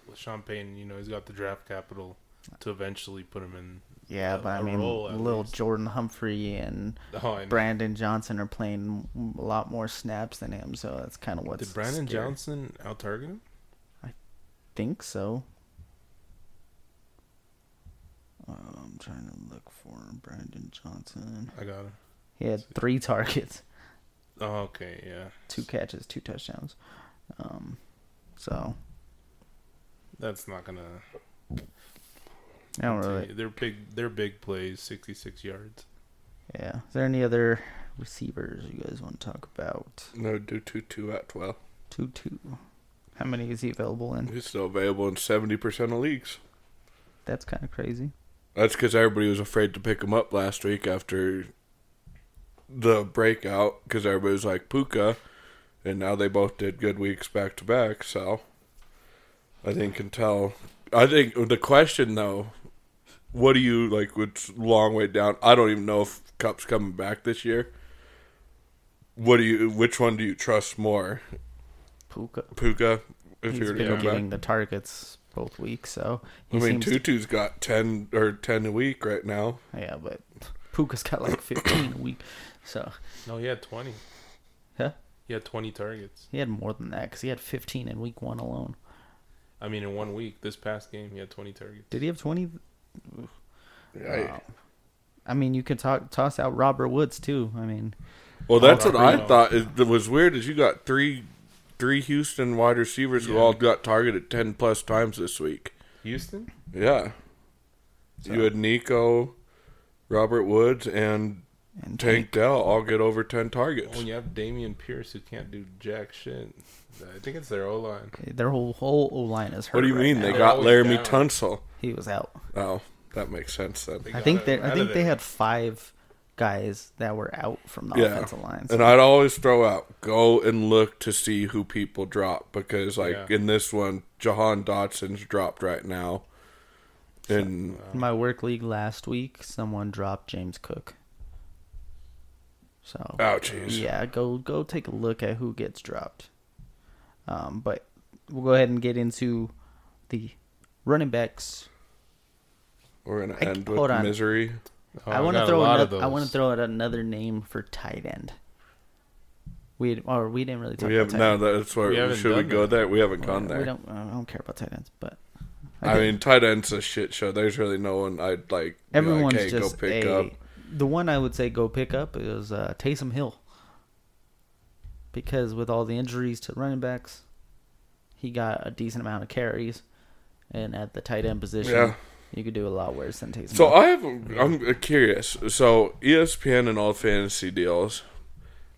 Speaker 3: with Sean Payton, you know, he's got the draft capital to eventually put him in.
Speaker 2: yeah.
Speaker 3: A-
Speaker 2: But I
Speaker 3: a
Speaker 2: mean,
Speaker 3: roll at
Speaker 2: little
Speaker 3: least.
Speaker 2: Jordan Humphrey and
Speaker 3: Oh, and
Speaker 2: Brandon Johnson are playing a lot more snaps than him, so that's kind of what's
Speaker 3: did Brandon
Speaker 2: scary.
Speaker 3: Johnson out target him?
Speaker 2: think so. Uh, I'm trying to look for Brandon Johnson.
Speaker 3: I got him.
Speaker 2: He had three targets,
Speaker 3: Oh, okay, yeah.
Speaker 2: two catches, two touchdowns. Um, so
Speaker 3: That's not gonna.
Speaker 2: I don't really.
Speaker 3: They're big. They're big plays. Sixty-six yards.
Speaker 2: Yeah. Is there any other receivers you guys want to talk about?
Speaker 4: No, do Tutu Atwell.
Speaker 2: Two two. How many is he available in?
Speaker 4: He's still available in 70% of leagues.
Speaker 2: That's kind of crazy.
Speaker 4: That's because everybody was afraid to pick him up last week after the breakout because everybody was like Puka, and now they both did good weeks back to back. So I think until I think the question though, what do you like? It's a long way down. I don't even know if Cup's coming back this year. What do you? Which one do you trust more,
Speaker 2: Puka.
Speaker 4: Puka If
Speaker 2: He's
Speaker 4: you were to
Speaker 2: been
Speaker 4: come
Speaker 2: getting
Speaker 4: back.
Speaker 2: the targets both weeks, so
Speaker 4: I
Speaker 2: he
Speaker 4: mean,
Speaker 2: seems to-
Speaker 4: Tutu's got 10 or 10 a week right now.
Speaker 2: yeah, but Puka's got like 15 a week, so
Speaker 3: No, he had 20.
Speaker 2: Huh?
Speaker 3: He had 20 targets.
Speaker 2: he had more than that because he had 15 in week one alone.
Speaker 3: I mean, in one week, this past game, he had 20 targets.
Speaker 2: Did he have 20?
Speaker 4: Right.
Speaker 2: Wow. I mean, you could talk, toss out Robert Woods too. I mean,
Speaker 4: Well, that's what I
Speaker 3: Robert.
Speaker 4: thought is, that was weird is you got three three Houston wide receivers who
Speaker 3: Yeah.
Speaker 4: all got targeted 10 plus times this week.
Speaker 3: Houston?
Speaker 4: Yeah. You had Nico, Robert Woods, and
Speaker 2: and
Speaker 4: Tank Dell all get over 10 targets.
Speaker 3: When you have Damian Pierce, who can't do jack shit, I think it's their O line.
Speaker 2: their whole whole O line is hurt.
Speaker 4: What do you
Speaker 2: right
Speaker 4: mean?
Speaker 2: now.
Speaker 4: They
Speaker 3: They're
Speaker 4: got
Speaker 3: always
Speaker 4: Laramie
Speaker 3: down.
Speaker 4: Tunsil.
Speaker 2: He was out.
Speaker 4: Oh, that makes sense then.
Speaker 2: I think
Speaker 3: They
Speaker 2: they
Speaker 3: got
Speaker 2: I
Speaker 3: out
Speaker 2: think
Speaker 3: of
Speaker 2: they
Speaker 3: there.
Speaker 2: had five guys that were out from the
Speaker 4: Yeah.
Speaker 2: offensive line. so-
Speaker 4: And I'd always throw out, go and look to see who people drop because, like
Speaker 3: Yeah.
Speaker 4: in this one, Jahan Dotson's dropped right now, and
Speaker 2: In my work league last week, someone dropped James Cook. So
Speaker 3: uh,
Speaker 4: oh jeez,
Speaker 2: yeah, go go take a look at who gets dropped. Um, but we'll go ahead and get into the running backs.
Speaker 4: we're gonna
Speaker 2: I-
Speaker 4: end
Speaker 2: hold
Speaker 4: with
Speaker 2: on.
Speaker 4: misery.
Speaker 3: Oh,
Speaker 2: I
Speaker 3: we
Speaker 2: want
Speaker 3: got
Speaker 2: to
Speaker 3: a
Speaker 2: throw
Speaker 3: lot of
Speaker 2: another, I want to
Speaker 3: those.
Speaker 2: throw out another name for tight end. We had- or we didn't really talk
Speaker 4: We
Speaker 2: about tight
Speaker 4: haven't. No,
Speaker 2: end.
Speaker 4: that's where
Speaker 3: We haven't
Speaker 4: should we
Speaker 3: done
Speaker 4: go
Speaker 3: that.
Speaker 4: there? We haven't gone
Speaker 2: We
Speaker 4: there.
Speaker 2: don't I don't care about tight ends, but
Speaker 4: I mean, tight end's a shit show. There's really no one I'd like. be like,
Speaker 2: Everyone's
Speaker 4: "Hey,
Speaker 2: just a, The one I would say go pick up is uh, Taysom Hill, because with all the injuries to running backs, he got a decent amount of carries, and at the tight end position,
Speaker 4: Yeah.
Speaker 2: you could do a lot worse than Taysom.
Speaker 4: So uh,
Speaker 2: Hill.
Speaker 4: I have. I'm curious. So E ESPN and all fantasy deals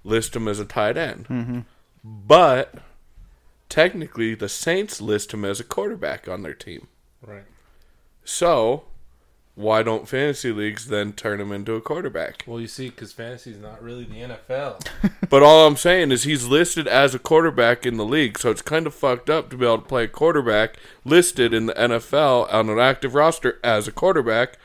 Speaker 4: list him as a tight end,
Speaker 2: Mm-hmm.
Speaker 4: but technically the Saints list him as a quarterback on their team.
Speaker 3: Right.
Speaker 4: So why don't fantasy leagues then turn him into a quarterback?
Speaker 3: Well, you see, because fantasy is not really the NFL.
Speaker 4: But all I'm saying is he's listed as a quarterback in the league, so it's kind of fucked up to be able to play quarterback listed in the NFL on an active roster as a quarterback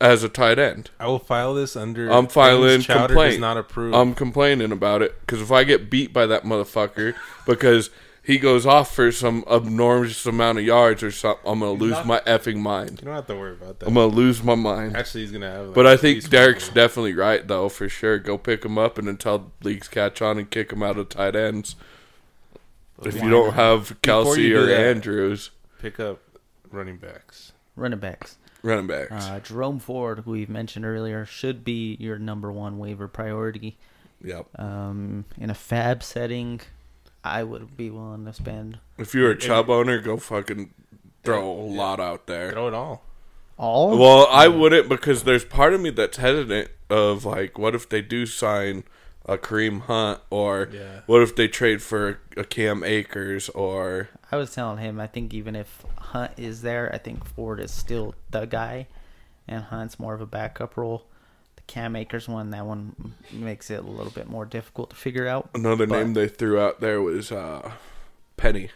Speaker 4: as a tight end.
Speaker 3: I will file this under.
Speaker 4: I'm filing
Speaker 3: things Chowder
Speaker 4: complaint.
Speaker 3: Does not approve.
Speaker 4: I'm complaining about it because if I get beat by that motherfucker because he goes off for some abnormous amount of yards or something, I'm gonna lose
Speaker 3: not-
Speaker 4: my effing mind.
Speaker 3: you don't have to worry about that.
Speaker 4: I'm gonna lose my mind.
Speaker 3: Actually, he's gonna have. Like,
Speaker 4: But I
Speaker 3: at
Speaker 4: think
Speaker 3: least
Speaker 4: Derek's
Speaker 3: one.
Speaker 4: definitely right though, for sure. Go pick him up and until leagues catch on and kick him out of tight ends. If you don't have Kelsey
Speaker 3: you do
Speaker 4: or
Speaker 3: that-
Speaker 4: Andrews,
Speaker 3: pick up running backs.
Speaker 2: running backs,
Speaker 4: running backs.
Speaker 2: uh, Jerome Ford, who we've mentioned earlier, should be your number one waiver priority.
Speaker 4: yep.
Speaker 2: Um, in a fab setting, I would be willing to spend
Speaker 4: If you're a Chubb owner, go fucking throw a lot out there.
Speaker 3: Throw it all.
Speaker 2: all.
Speaker 4: Well, I wouldn't because there's part of me that's hesitant of like, what if they do sign a Kareem Hunt or
Speaker 3: Yeah.
Speaker 4: what if they trade for a Cam Akers or
Speaker 2: I was telling him, I think even if Hunt is there, I think Ford is still the guy, and Hunt's more of a backup role. The Cam Akers one, that one makes it a little bit more difficult to figure out.
Speaker 4: another
Speaker 2: But-
Speaker 4: name they threw out there was uh, Penny.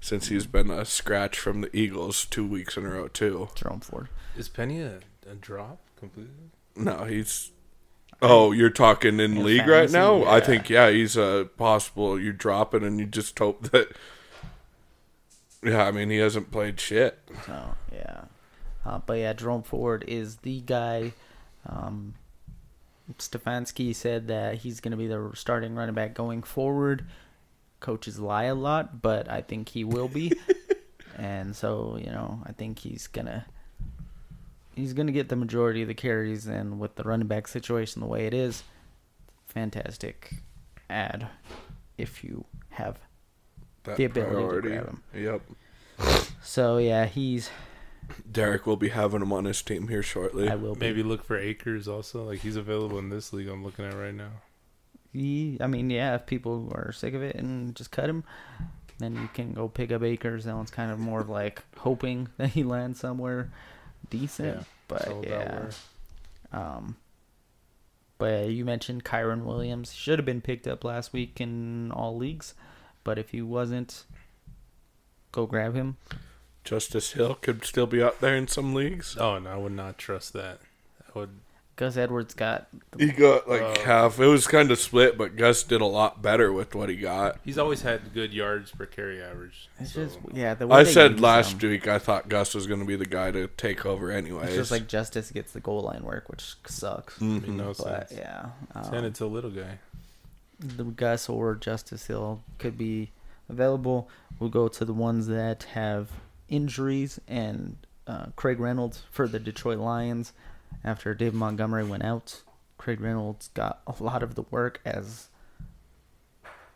Speaker 4: Since he's been a scratch from the Eagles two weeks in a row too.
Speaker 2: Jerome Ford.
Speaker 3: Is Penny a, a drop completely?
Speaker 4: No, he's. Oh, you're talking in,
Speaker 2: In
Speaker 4: league right
Speaker 2: fantasy?
Speaker 4: now. I
Speaker 3: Yeah.
Speaker 4: think yeah, he's uh, possible. You drop it and you just hope that. Yeah, I mean he hasn't played shit.
Speaker 2: So yeah, uh, but yeah, Jerome Ford is the guy. Um, Stefanski said that he's going to be the starting running back going forward. Coaches lie a lot, but I think he will be, and so you know I think he's gonna he's gonna get the majority of the carries, and with the running back situation the way it is, fantastic ad if you have
Speaker 4: that
Speaker 2: the ability to grab him.
Speaker 4: Yep.
Speaker 2: so yeah he's
Speaker 4: Derek will be having him on his team here shortly.
Speaker 2: I will be
Speaker 3: Maybe look for Acres also. Like he's available in this league. I'm looking at right now.
Speaker 2: Ye- I mean, yeah, if people are sick of it and just cut him, then you can go pick up Acres. That one's kind of more of like hoping that he lands somewhere decent.
Speaker 3: Yeah,
Speaker 2: But
Speaker 3: Sold out
Speaker 2: yeah,
Speaker 3: where-
Speaker 2: um, but you mentioned Kyron Williams should have been picked up last week in all leagues, but if he wasn't, go grab him.
Speaker 4: Justice Hill could still be out there in some leagues.
Speaker 3: Oh no, I would not trust that. I would
Speaker 2: Gus Edwards got.
Speaker 4: He got like half. It was kind of split, but Gus did a lot better with what he got.
Speaker 3: He's always had good yards per carry average.
Speaker 2: It's
Speaker 3: so-
Speaker 2: just yeah. The way
Speaker 4: I
Speaker 2: they use
Speaker 4: said last
Speaker 2: him,
Speaker 4: week I thought Gus was going to be the guy to take over anyways.
Speaker 2: It's just like Justice gets the goal line work, which sucks.
Speaker 3: I mean, no
Speaker 2: But
Speaker 3: sense.
Speaker 2: yeah,
Speaker 3: Send
Speaker 2: um,
Speaker 3: it to little guy.
Speaker 2: the Gus or Justice Hill could be available. We'll go to the ones that have injuries and uh, Craig Reynolds for the Detroit Lions. After David Montgomery went out, Craig Reynolds got a lot of the work as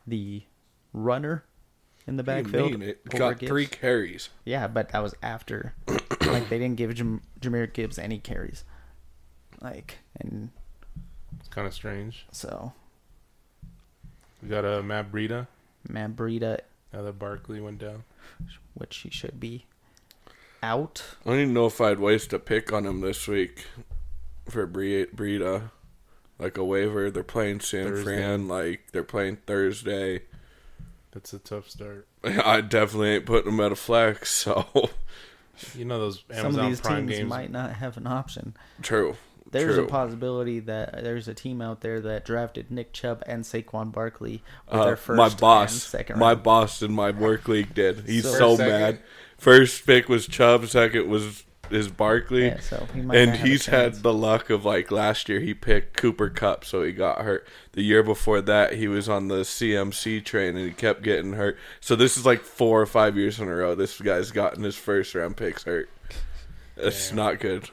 Speaker 2: the runner in the
Speaker 4: What do you
Speaker 2: backfield.
Speaker 4: mean? It
Speaker 2: over
Speaker 4: got
Speaker 2: Gibbs.
Speaker 4: three carries.
Speaker 2: Yeah, but that was after. like they didn't give Jam- Jameer Gibbs any carries. Like and
Speaker 3: It's kind of strange.
Speaker 2: so
Speaker 3: We got a uh, Matt Breida.
Speaker 2: Matt Breida,
Speaker 3: Now that Barkley went down,
Speaker 2: which he should be, out.
Speaker 4: I didn't know if I'd waste a pick on him this week for Bre- Breida, like a waiver. They're playing San
Speaker 3: Thursday.
Speaker 4: Fran, like they're playing Thursday.
Speaker 3: that's a tough start.
Speaker 4: I definitely ain't putting him at a flex. So
Speaker 3: You know those
Speaker 2: Some of
Speaker 3: Amazon
Speaker 2: these
Speaker 3: Prime
Speaker 2: teams
Speaker 3: games.
Speaker 2: might not have an option.
Speaker 4: true.
Speaker 2: There's
Speaker 4: true.
Speaker 2: a possibility that there's a team out there that drafted Nick Chubb and Saquon Barkley with
Speaker 4: Uh,
Speaker 2: their first
Speaker 4: my
Speaker 2: and
Speaker 4: boss,
Speaker 2: second
Speaker 4: my
Speaker 2: round.
Speaker 4: boss in my work league did. He's
Speaker 2: So-
Speaker 4: so,
Speaker 3: First, second.
Speaker 4: mad. First pick was Chubb. Second was is Barkley.
Speaker 2: Yeah, so he might
Speaker 4: and
Speaker 2: not have a
Speaker 4: he's
Speaker 2: chance.
Speaker 4: had the luck of like last year he picked Cooper Cup, so he got hurt. The year before that, he was on the CMC train and he kept getting hurt. So this is like four or five years in a row. This guy's gotten his first round picks hurt. It's
Speaker 3: Damn.
Speaker 4: not good.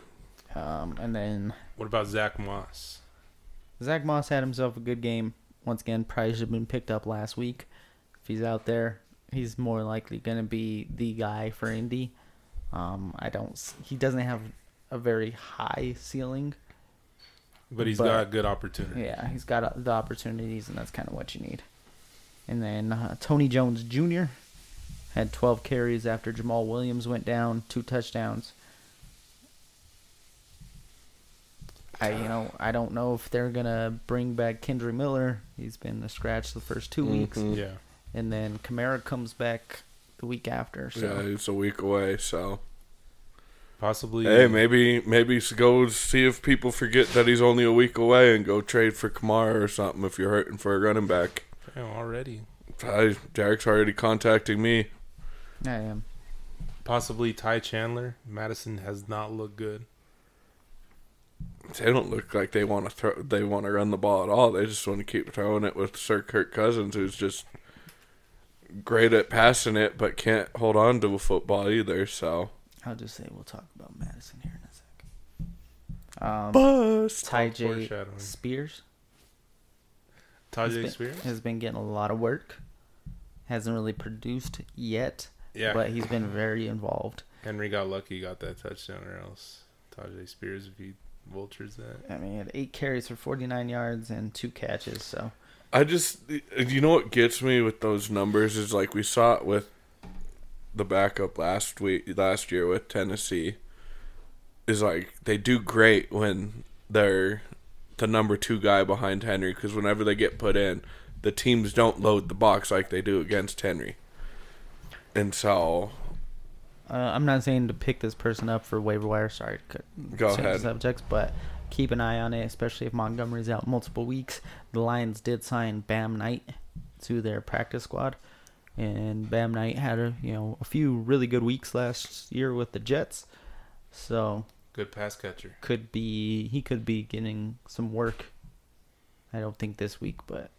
Speaker 2: Um, and then
Speaker 3: What about Zach Moss?
Speaker 2: Zach Moss had himself a good game. Once again, probably should have been picked up last week. If he's out there, he's more likely going to be the guy for Indy. Um, I don't. s- He doesn't have a very high ceiling.
Speaker 3: But he's
Speaker 2: But-
Speaker 3: got good opportunity.
Speaker 2: Yeah, he's got uh, the opportunities, and that's kind of what you need. And then uh, Tony Jones Jr. had 12 carries after Jamal Williams went down, two touchdowns. I you know I don't know if they're gonna bring back Kendry Miller. He's been a scratch the first 2 weeks,
Speaker 4: Mhm.
Speaker 3: Yeah.
Speaker 2: and then Kamara comes back the week after. So
Speaker 4: Yeah, it's a week away. So
Speaker 3: Possibly.
Speaker 4: hey, maybe maybe s- go see if people forget that he's only a week away and go trade for Kamara or something if you're hurting for a running back.
Speaker 3: Damn, already.
Speaker 4: I, Derek's already contacting me.
Speaker 2: I am.
Speaker 3: Possibly Ty Chandler. Madison has not looked good.
Speaker 4: They don't look like they want to throw. They want to run the ball at all. They just want to keep throwing it with Sir Kirk Cousins, who's just great at passing it, but can't hold on to a football either. So
Speaker 2: I'll just say we'll talk about Madison here in a sec. Um,
Speaker 4: bust.
Speaker 2: Ty J
Speaker 3: foreshadowing.
Speaker 2: Spears.
Speaker 3: Tajay
Speaker 2: been-
Speaker 3: Spears.
Speaker 2: has been getting a lot of work. Hasn't really produced yet,
Speaker 3: Yeah.
Speaker 2: but he's been very involved.
Speaker 3: Henry got lucky, got that touchdown, or else Tajay Spears if he vultures that.
Speaker 2: I mean, he had eight carries for 49 yards and two catches. So
Speaker 4: I just, you know, what gets me with those numbers is like we saw it with the backup last week, last year with Tennessee. Is like they do great when they're the number two guy behind Henry because whenever they get put in, the teams don't load the box like they do against Henry. And so,
Speaker 2: uh, I'm not saying to pick this person up for waiver wire. Sorry, to cut-
Speaker 4: Go
Speaker 2: change
Speaker 4: ahead.
Speaker 2: subjects, but keep an eye on it, especially if Montgomery's out multiple weeks. The Lions did sign Bam Knight to their practice squad, and Bam Knight had a you know a few really good weeks last year with the Jets. So
Speaker 3: Good pass catcher.
Speaker 2: could be he could be getting some work. I don't think this week, but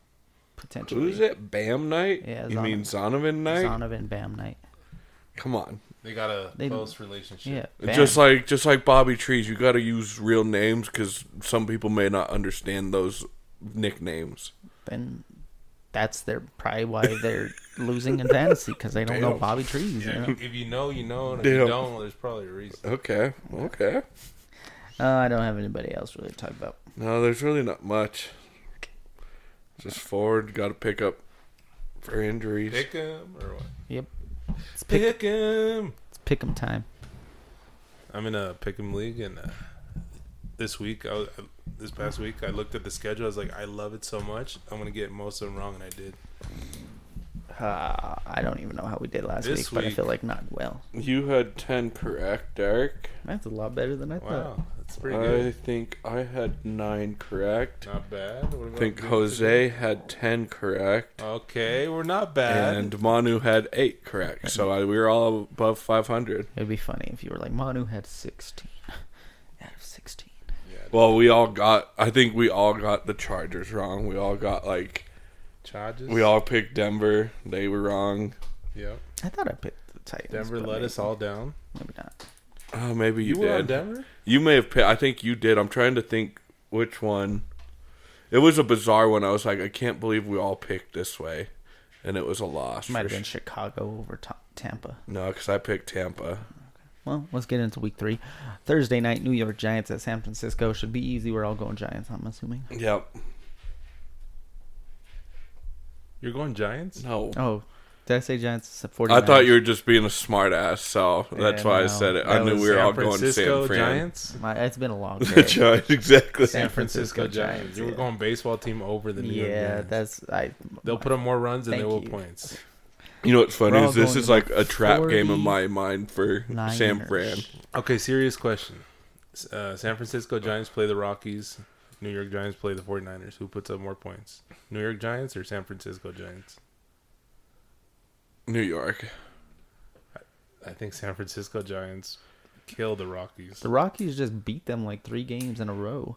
Speaker 2: potentially.
Speaker 4: who's it? Bam Knight?
Speaker 2: Yeah,
Speaker 4: you mean Zonovan Knight?
Speaker 2: Zonovan Bam Knight.
Speaker 4: Come on.
Speaker 3: They got a
Speaker 2: They-
Speaker 3: close relationship.
Speaker 2: Yeah, Bam.
Speaker 4: Just like just like Bobby Trees, you got to use real names because some people may not understand those nicknames.
Speaker 2: then that's their probably why they're losing in fantasy because they don't know
Speaker 4: Damn.
Speaker 2: Bobby Trees. you
Speaker 3: Yeah,
Speaker 2: know?
Speaker 3: if you know, you know, and if
Speaker 4: Damn.
Speaker 3: you don't, well, there's probably a reason.
Speaker 4: Okay, okay.
Speaker 2: Uh, I don't have anybody else really to talk about.
Speaker 4: No, there's really not much. Just forward, got to pick up for injuries.
Speaker 3: Pick him or what?
Speaker 2: Yep, it's pick
Speaker 3: Pick him.
Speaker 2: it's pick 'em time.
Speaker 3: I'm in a pick 'em league, and uh, this week, I, was- this past week, I looked at the schedule. I was like, I love it so much. I'm gonna get most of them wrong, and I did.
Speaker 2: Uh, I don't even know how we did last week,
Speaker 3: This
Speaker 2: but I
Speaker 3: week-
Speaker 2: feel like not well.
Speaker 4: You had ten correct, Derek.
Speaker 2: That's a lot better than I thought.
Speaker 3: Wow, It's pretty
Speaker 4: I
Speaker 3: good.
Speaker 4: think I had nine correct.
Speaker 3: Not bad. What
Speaker 4: I
Speaker 3: about
Speaker 4: think
Speaker 3: good
Speaker 4: Jose
Speaker 3: today?
Speaker 4: had ten correct.
Speaker 3: Okay, we're not bad.
Speaker 4: And Manu had eight correct. So I, we were all above 500.
Speaker 2: It'd be funny if you were like Manu had sixteen out of sixteen.
Speaker 4: Well, we all got, I think we all got the Chargers wrong. We all got like,
Speaker 3: Charges.
Speaker 4: we all picked Denver. They were wrong.
Speaker 3: Yep.
Speaker 2: I thought I picked the Titans.
Speaker 3: Denver
Speaker 2: but
Speaker 3: let us
Speaker 2: maybe-
Speaker 3: all down.
Speaker 2: Maybe not.
Speaker 4: Oh, maybe you,
Speaker 3: You, were on
Speaker 4: did.
Speaker 3: Denver.
Speaker 4: You may have picked, I think you did. I'm trying to think which one. It was a bizarre one. I was like, I can't believe we all picked this way. And it was a loss.
Speaker 2: Might
Speaker 4: for
Speaker 2: have been
Speaker 4: sh-
Speaker 2: Chicago over Ta- Tampa.
Speaker 4: No, because I picked Tampa.
Speaker 2: Well, let's get into week three. Thursday night, New York Giants at San Francisco. Should be easy. We're all going Giants, I'm assuming.
Speaker 4: Yep.
Speaker 3: You're going Giants.
Speaker 4: No.
Speaker 2: Oh, did I say Giants? 49ers?
Speaker 4: I thought you were just being a smartass, so that's
Speaker 2: Yeah,
Speaker 4: why I
Speaker 2: no.
Speaker 4: said it. I
Speaker 2: That
Speaker 4: knew
Speaker 2: was
Speaker 4: we were
Speaker 3: San
Speaker 4: all
Speaker 3: Francisco
Speaker 4: going San Fran.
Speaker 3: Giants.
Speaker 2: My, it's been a long
Speaker 4: The
Speaker 2: day.
Speaker 4: Giants, exactly.
Speaker 2: San Francisco
Speaker 3: Francisco Giants.
Speaker 2: Giants,
Speaker 3: You were
Speaker 2: yeah.
Speaker 3: going baseball team over the New York
Speaker 2: yeah,
Speaker 3: Giants.
Speaker 2: that's I.
Speaker 3: They'll put up more runs than they
Speaker 2: Thank
Speaker 3: will
Speaker 2: you.
Speaker 3: points.
Speaker 4: You know what's funny
Speaker 2: We're all
Speaker 4: is this
Speaker 2: going
Speaker 4: is
Speaker 2: to
Speaker 4: like
Speaker 2: the
Speaker 4: a trap game
Speaker 2: 40
Speaker 4: in my mind for San Fran.
Speaker 3: Okay, serious question. S- Uh, San Francisco Giants play the Rockies. New York Giants play the 49ers. Who puts up more points? New York Giants or San Francisco Giants?
Speaker 4: New York.
Speaker 3: I think San Francisco Giants kill the Rockies.
Speaker 2: The Rockies just beat them like three games in a row,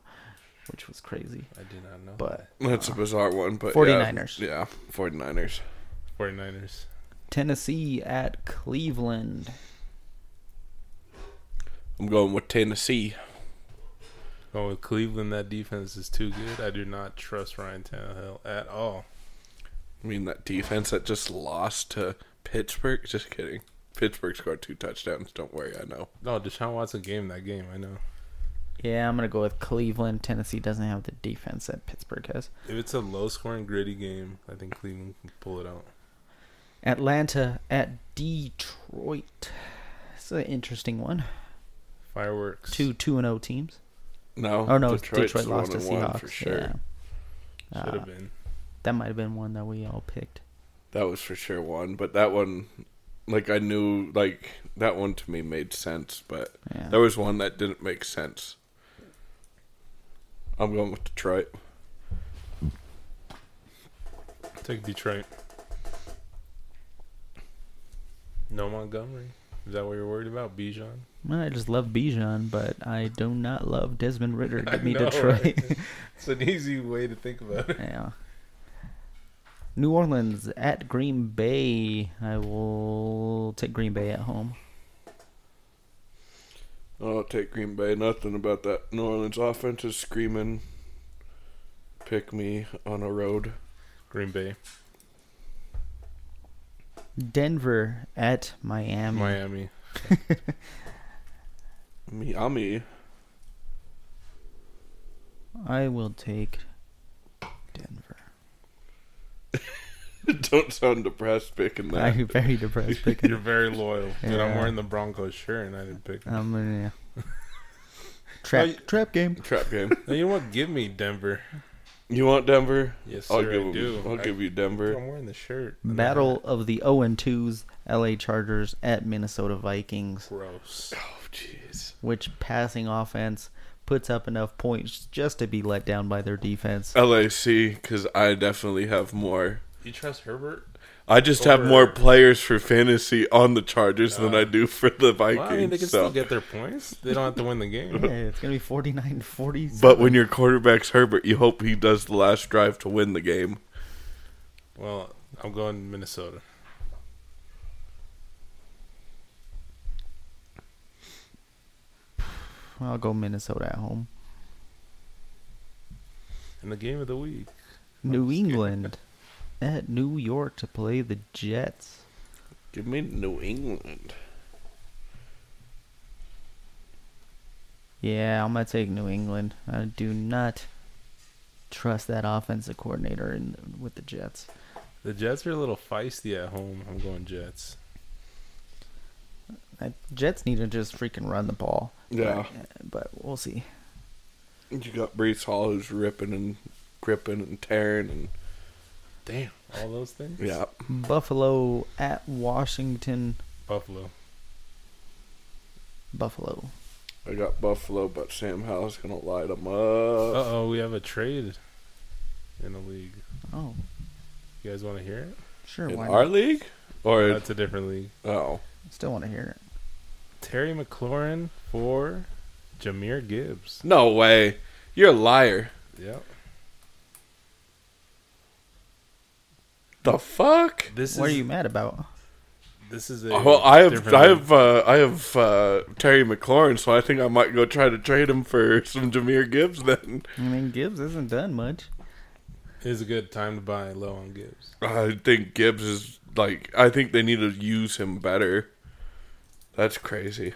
Speaker 2: which was crazy.
Speaker 3: I did not know.
Speaker 2: But
Speaker 4: That's a bizarre one, but
Speaker 2: 49ers.
Speaker 4: Yeah, yeah 49ers.
Speaker 3: that. 49ers.
Speaker 2: Tennessee at Cleveland.
Speaker 4: I'm going with Tennessee.
Speaker 3: Oh, with Cleveland, that defense is too good. I do not trust Ryan Tannehill at all.
Speaker 4: I mean that defense that just lost to Pittsburgh. Just kidding. Pittsburgh scored two touchdowns. Don't worry, I know.
Speaker 3: No, Deshaun Watson game that game. I know.
Speaker 2: Yeah, I'm gonna go with Cleveland. Tennessee doesn't have the defense that Pittsburgh has.
Speaker 3: If it's a low scoring, gritty game, I think Cleveland can pull it out.
Speaker 2: Atlanta at Detroit. It's an interesting one.
Speaker 3: Fireworks.
Speaker 2: Two two and O teams.
Speaker 4: No.
Speaker 2: Oh no, Detroit lost to
Speaker 4: one and one
Speaker 2: Seahawks.
Speaker 4: for sure.
Speaker 2: Yeah,
Speaker 3: Should have been.
Speaker 2: that might have been one that we all picked.
Speaker 4: That was for sure one, but that one, like I knew, like that one to me made sense, but
Speaker 2: Yeah.
Speaker 4: there was one that didn't make sense. I'm going with Detroit.
Speaker 3: Take Detroit. No Montgomery. Is that what you're worried about? Bijan?
Speaker 2: Well, I just love Bijan, but I do not love Desmond Ritter.
Speaker 3: I
Speaker 2: Give me
Speaker 3: know,
Speaker 2: Detroit.
Speaker 3: right? It's an easy way to think about it.
Speaker 2: yeah. New Orleans at Green Bay. I will take Green Bay at home.
Speaker 4: I'll take Green Bay. Nothing about that New Orleans offense is screaming. Pick me on a road.
Speaker 3: Green Bay.
Speaker 2: Denver at
Speaker 4: Mm.
Speaker 2: Miami.
Speaker 3: Miami.
Speaker 4: Miami.
Speaker 2: I will take Denver.
Speaker 4: Don't sound depressed picking that.
Speaker 2: I'm very depressed
Speaker 3: You're
Speaker 2: picking.
Speaker 3: very loyal. Dude, I'm
Speaker 2: Yeah.
Speaker 3: wearing the Broncos shirt and I didn't pick
Speaker 4: Uh.
Speaker 3: them.
Speaker 2: um, yeah. Trap
Speaker 3: you-
Speaker 2: trap game.
Speaker 4: Trap game.
Speaker 3: No, you know what? Give me Denver.
Speaker 4: You want Denver?
Speaker 3: Yes,
Speaker 4: I'll
Speaker 3: sir,
Speaker 4: give
Speaker 3: I
Speaker 4: him-
Speaker 3: do.
Speaker 4: I'll
Speaker 3: I-
Speaker 4: give you
Speaker 3: Dude,
Speaker 4: Denver.
Speaker 3: I'm wearing the shirt. and the
Speaker 2: Battle
Speaker 3: hat.
Speaker 2: of the 0 and 2s. LA Chargers at Minnesota Vikings.
Speaker 3: Gross.
Speaker 4: Oh, jeez.
Speaker 2: which passing offense puts up enough points just to be let down by their defense.
Speaker 4: LAC, because I definitely have more
Speaker 3: You trust Herbert?
Speaker 4: I just have
Speaker 3: Over-
Speaker 4: more players for fantasy on the Chargers than
Speaker 3: Uh,
Speaker 4: I do for the Vikings.
Speaker 3: Well, I mean, they can
Speaker 4: so.
Speaker 3: still get their points. They don't have to win the
Speaker 2: Yeah,
Speaker 3: game.
Speaker 2: it's gonna be 49 40.
Speaker 4: but when your quarterback's Herbert, you hope he does the last drive to win the game.
Speaker 3: Well, I'm going Minnesota.
Speaker 2: I'll go Minnesota at home.
Speaker 3: In the game of the week.
Speaker 2: New England at New York to play the Jets.
Speaker 4: Give me New England.
Speaker 2: Yeah, I'm gonna take New England. I do not trust that offensive coordinator in with the Jets.
Speaker 3: The Jets are a little feisty at home. I'm going Jets.
Speaker 2: I, Jets need to just freaking run the ball.
Speaker 4: Yeah.
Speaker 2: but, but we'll see.
Speaker 4: You got Brees Hall who's ripping and gripping and tearing and
Speaker 3: Damn. All those things?
Speaker 4: yeah.
Speaker 2: Buffalo at Washington.
Speaker 3: Buffalo.
Speaker 2: Buffalo.
Speaker 4: I got Buffalo, but Sam Howell's gonna light them up.
Speaker 3: Uh oh, we have a trade in the league.
Speaker 2: Oh,
Speaker 3: You guys want to hear it?
Speaker 2: sure.
Speaker 4: in
Speaker 2: Why
Speaker 4: our
Speaker 2: not?
Speaker 4: league, or
Speaker 3: That's a different league.
Speaker 4: oh,
Speaker 2: Still want to hear it.
Speaker 3: Terry McLaurin for Jameer Gibbs.
Speaker 4: no way, you're a liar.
Speaker 3: Yep.
Speaker 4: The fuck?
Speaker 3: This
Speaker 2: What are
Speaker 3: is
Speaker 2: you mad about?
Speaker 3: this is a
Speaker 4: Well, Oh, I have
Speaker 3: different
Speaker 4: I
Speaker 3: league.
Speaker 4: have uh, I have uh, Terry McLaurin, so I think I might go try to trade him for some Jameer Gibbs. Then
Speaker 2: I mean, Gibbs isn't done much.
Speaker 3: It is a good time to buy low on Gibbs.
Speaker 4: I think Gibbs is like I think they need to use him better. That's crazy.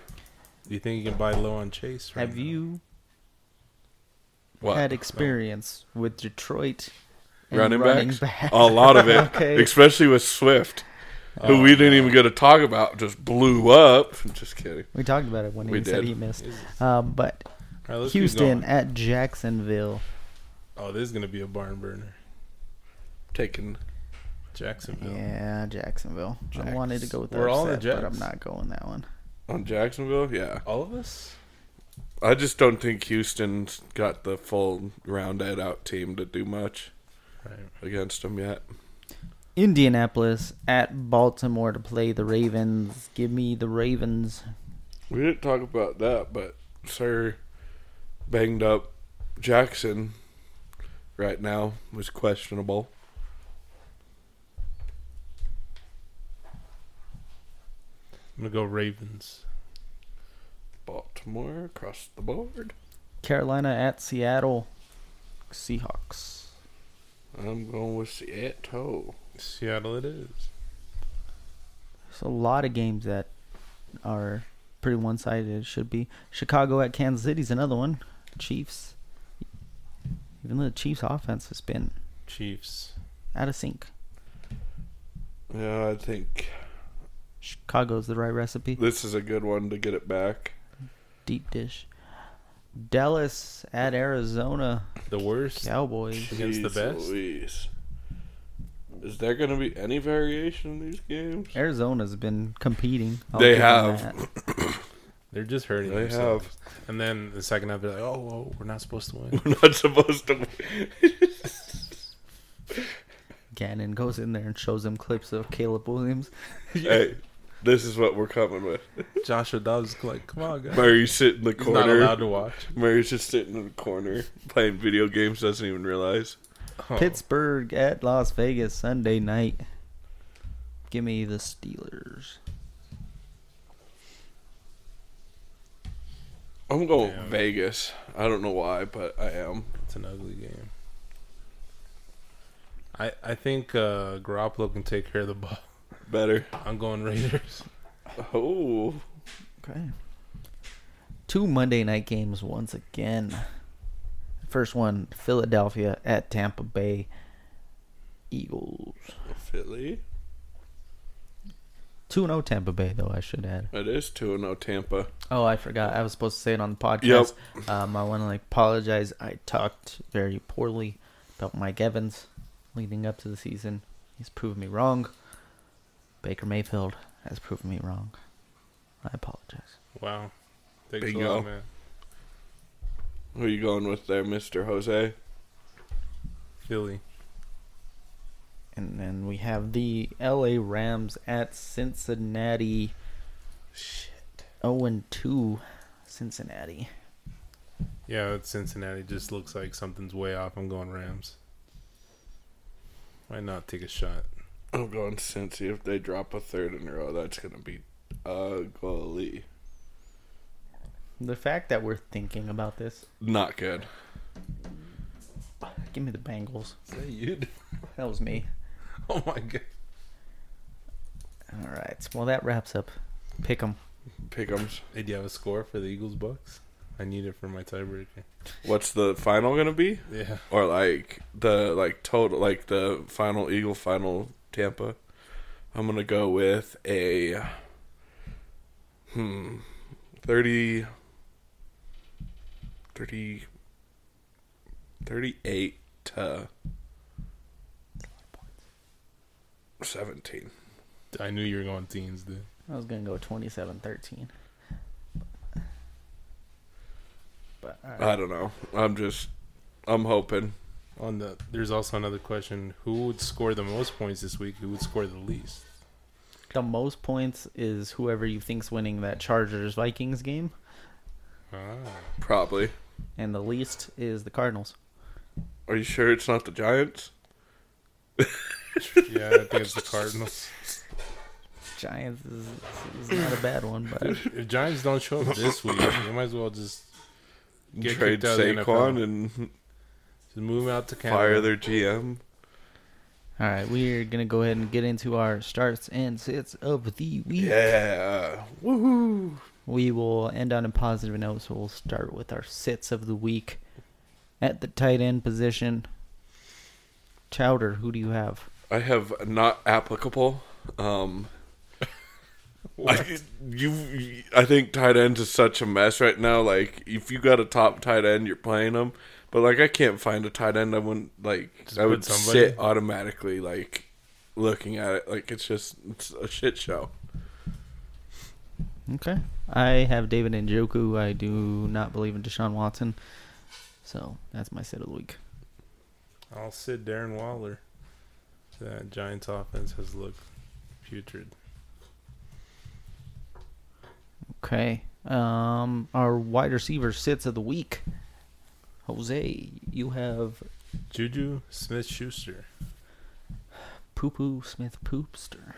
Speaker 3: Do you think you can buy low on Chase? Right
Speaker 2: Have
Speaker 3: now?
Speaker 2: you
Speaker 4: What
Speaker 2: had experience with Detroit and
Speaker 4: running, backs?
Speaker 2: back?
Speaker 4: A lot of it,
Speaker 2: Okay. Oh,
Speaker 4: especially with Swift, who we didn't even get to talk about, just blew up. Just kidding.
Speaker 2: We talked about it when
Speaker 4: We
Speaker 2: he said
Speaker 4: did.
Speaker 2: he missed.
Speaker 3: Jesus.
Speaker 2: Um, but
Speaker 3: All right, let's keep
Speaker 2: Houston
Speaker 3: going.
Speaker 2: at Jacksonville.
Speaker 3: Oh, this is gonna be a barn burner.
Speaker 4: Taking
Speaker 3: Jacksonville.
Speaker 2: Yeah, Jacksonville. I
Speaker 4: Jacks.
Speaker 2: wanted to go with the
Speaker 3: We're all the
Speaker 2: upset, but I'm
Speaker 3: Jacks.
Speaker 2: not going that one.
Speaker 4: on Jacksonville, yeah.
Speaker 3: All of us.
Speaker 4: I just don't think Houston's got the full rounded out team to do much
Speaker 3: Right.
Speaker 4: against them yet.
Speaker 2: Indianapolis at Baltimore to play the Ravens. Give me the Ravens.
Speaker 4: We didn't talk about that, but Sir banged up Jackson right now was questionable.
Speaker 3: I'm gonna go Ravens.
Speaker 4: Baltimore across the board.
Speaker 2: Carolina at Seattle. Seahawks.
Speaker 4: I'm going with Seattle.
Speaker 3: Seattle. It is.
Speaker 2: There's a lot of games that are pretty one sided. It should be. Chicago at Kansas City's another one. Chiefs. Even though the Chiefs' offense has been
Speaker 3: Chiefs.
Speaker 2: out of sync,
Speaker 4: Yeah, I think
Speaker 2: Chicago's the right recipe.
Speaker 4: this is a good one to get it back.
Speaker 2: Deep dish. Dallas at Arizona.
Speaker 3: The worst.
Speaker 2: Cowboys.
Speaker 3: Against the
Speaker 4: Jeez
Speaker 3: best?
Speaker 4: Louise. Is there going to be any variation in these games?
Speaker 2: Arizona's been competing. I'll
Speaker 4: They
Speaker 2: give them
Speaker 4: have.
Speaker 2: that.
Speaker 3: They're just hurting.
Speaker 4: They
Speaker 3: themselves. And then the second half, they're like, "Oh, whoa, we're not supposed to win."
Speaker 4: We're not supposed to.
Speaker 2: Gannon goes in there and shows them clips of Caleb Williams.
Speaker 4: hey, this is what we're coming with.
Speaker 3: Joshua Dobbs is like, "Come on, guys."
Speaker 4: Murray's sitting in the
Speaker 3: He's
Speaker 4: corner.
Speaker 3: not allowed to watch.
Speaker 4: Murray's just sitting in the corner playing video games, doesn't even realize.
Speaker 3: Oh.
Speaker 2: Pittsburgh at Las Vegas Sunday night. Give me the Steelers.
Speaker 4: I'm going
Speaker 3: Yeah.
Speaker 4: Vegas. I don't know why, but I am.
Speaker 3: It's an ugly game. I I think uh, Garoppolo can take care of the ball.
Speaker 4: Better.
Speaker 3: I'm going Raiders.
Speaker 4: Oh.
Speaker 2: Okay. Two Monday night games once again. First one, Philadelphia at Tampa Bay Eagles.
Speaker 4: Philly.
Speaker 2: 2 0 Tampa Bay, though, I should add.
Speaker 4: It is 2 0 Tampa.
Speaker 2: Oh, I forgot. I was supposed to say it on the podcast. Um, I want to apologize. I talked very poorly about Mike Evans leading up to the season. He's proven me wrong. Baker Mayfield has proven me wrong. I apologize.
Speaker 3: Wow. Thanks a
Speaker 4: Bingo.
Speaker 3: lot, man.
Speaker 4: Who are you going with there, Mr. Jose?
Speaker 3: Philly.
Speaker 2: And then we have the LA Rams at Cincinnati. Shit. 0 and 2 Cincinnati.
Speaker 3: Yeah, it's Cincinnati just looks like something's way off. I'm going Rams. Why not take a shot?
Speaker 4: I'm going Oh, Cincy. If they drop a third in a row, that's going to be ugly.
Speaker 2: The fact that we're thinking about this,
Speaker 4: Not good.
Speaker 2: give me the Bengals.
Speaker 3: Say you.
Speaker 2: That was me.
Speaker 3: Oh my god.
Speaker 2: All right. Well, that wraps up. Pick 'em.
Speaker 4: Pick'ems.
Speaker 3: Hey, do you have a score for the Eagles Bucks? I need it for my tiebreaker.
Speaker 4: What's the final going to be?
Speaker 3: Yeah.
Speaker 4: Or like the like total like the final Eagle final Tampa. I'm gonna go with a hmm 30 30 38 to 17.
Speaker 3: I knew you were going teens, dude.
Speaker 2: I was gonna go 27-13. But all right.
Speaker 4: I don't know. I'm just, I'm hoping.
Speaker 3: On the there's also another question: Who would score the most points this week? Who would score the least?
Speaker 2: the most points is whoever you think's winning that Chargers Vikings game,
Speaker 3: Ah,
Speaker 4: Probably.
Speaker 2: and the least is the Cardinals.
Speaker 4: Are you sure it's not the Giants?
Speaker 3: yeah, I think it's the Cardinals.
Speaker 2: Giants is, is not a bad one, but
Speaker 3: If Giants don't show up this week, they might as well just Get
Speaker 4: Trade
Speaker 3: kicked out of the
Speaker 4: Saquon
Speaker 3: NFL.
Speaker 4: and
Speaker 3: just move out to Canada.
Speaker 4: fire their GM.
Speaker 2: all right, we're gonna go ahead and get into our starts and sits of the week.
Speaker 4: Yeah. Woohoo.
Speaker 2: We will end on a positive note, so we'll start with our sits of the week at the tight end position. Chowder, who do you have?
Speaker 4: I have not applicable. Um, I, you, I think tight ends is such a mess right now. Like, if you got a top tight end, you're playing them. But like, I can't find a tight end. I wouldn't like.
Speaker 3: Just
Speaker 4: I
Speaker 3: put
Speaker 4: would
Speaker 3: somebody.
Speaker 4: sit automatically. Like, looking at it, like it's just it's a shit show.
Speaker 2: Okay. I have David Njoku. I do not believe in Deshaun Watson. So that's my sit of the week.
Speaker 3: I'll sit Darren Waller. That Giants offense has looked putrid.
Speaker 2: Okay. Um, our wide receiver sits of the week. Jose, you have
Speaker 3: Juju Smith Schuster,
Speaker 2: Poo Poo Smith Poopster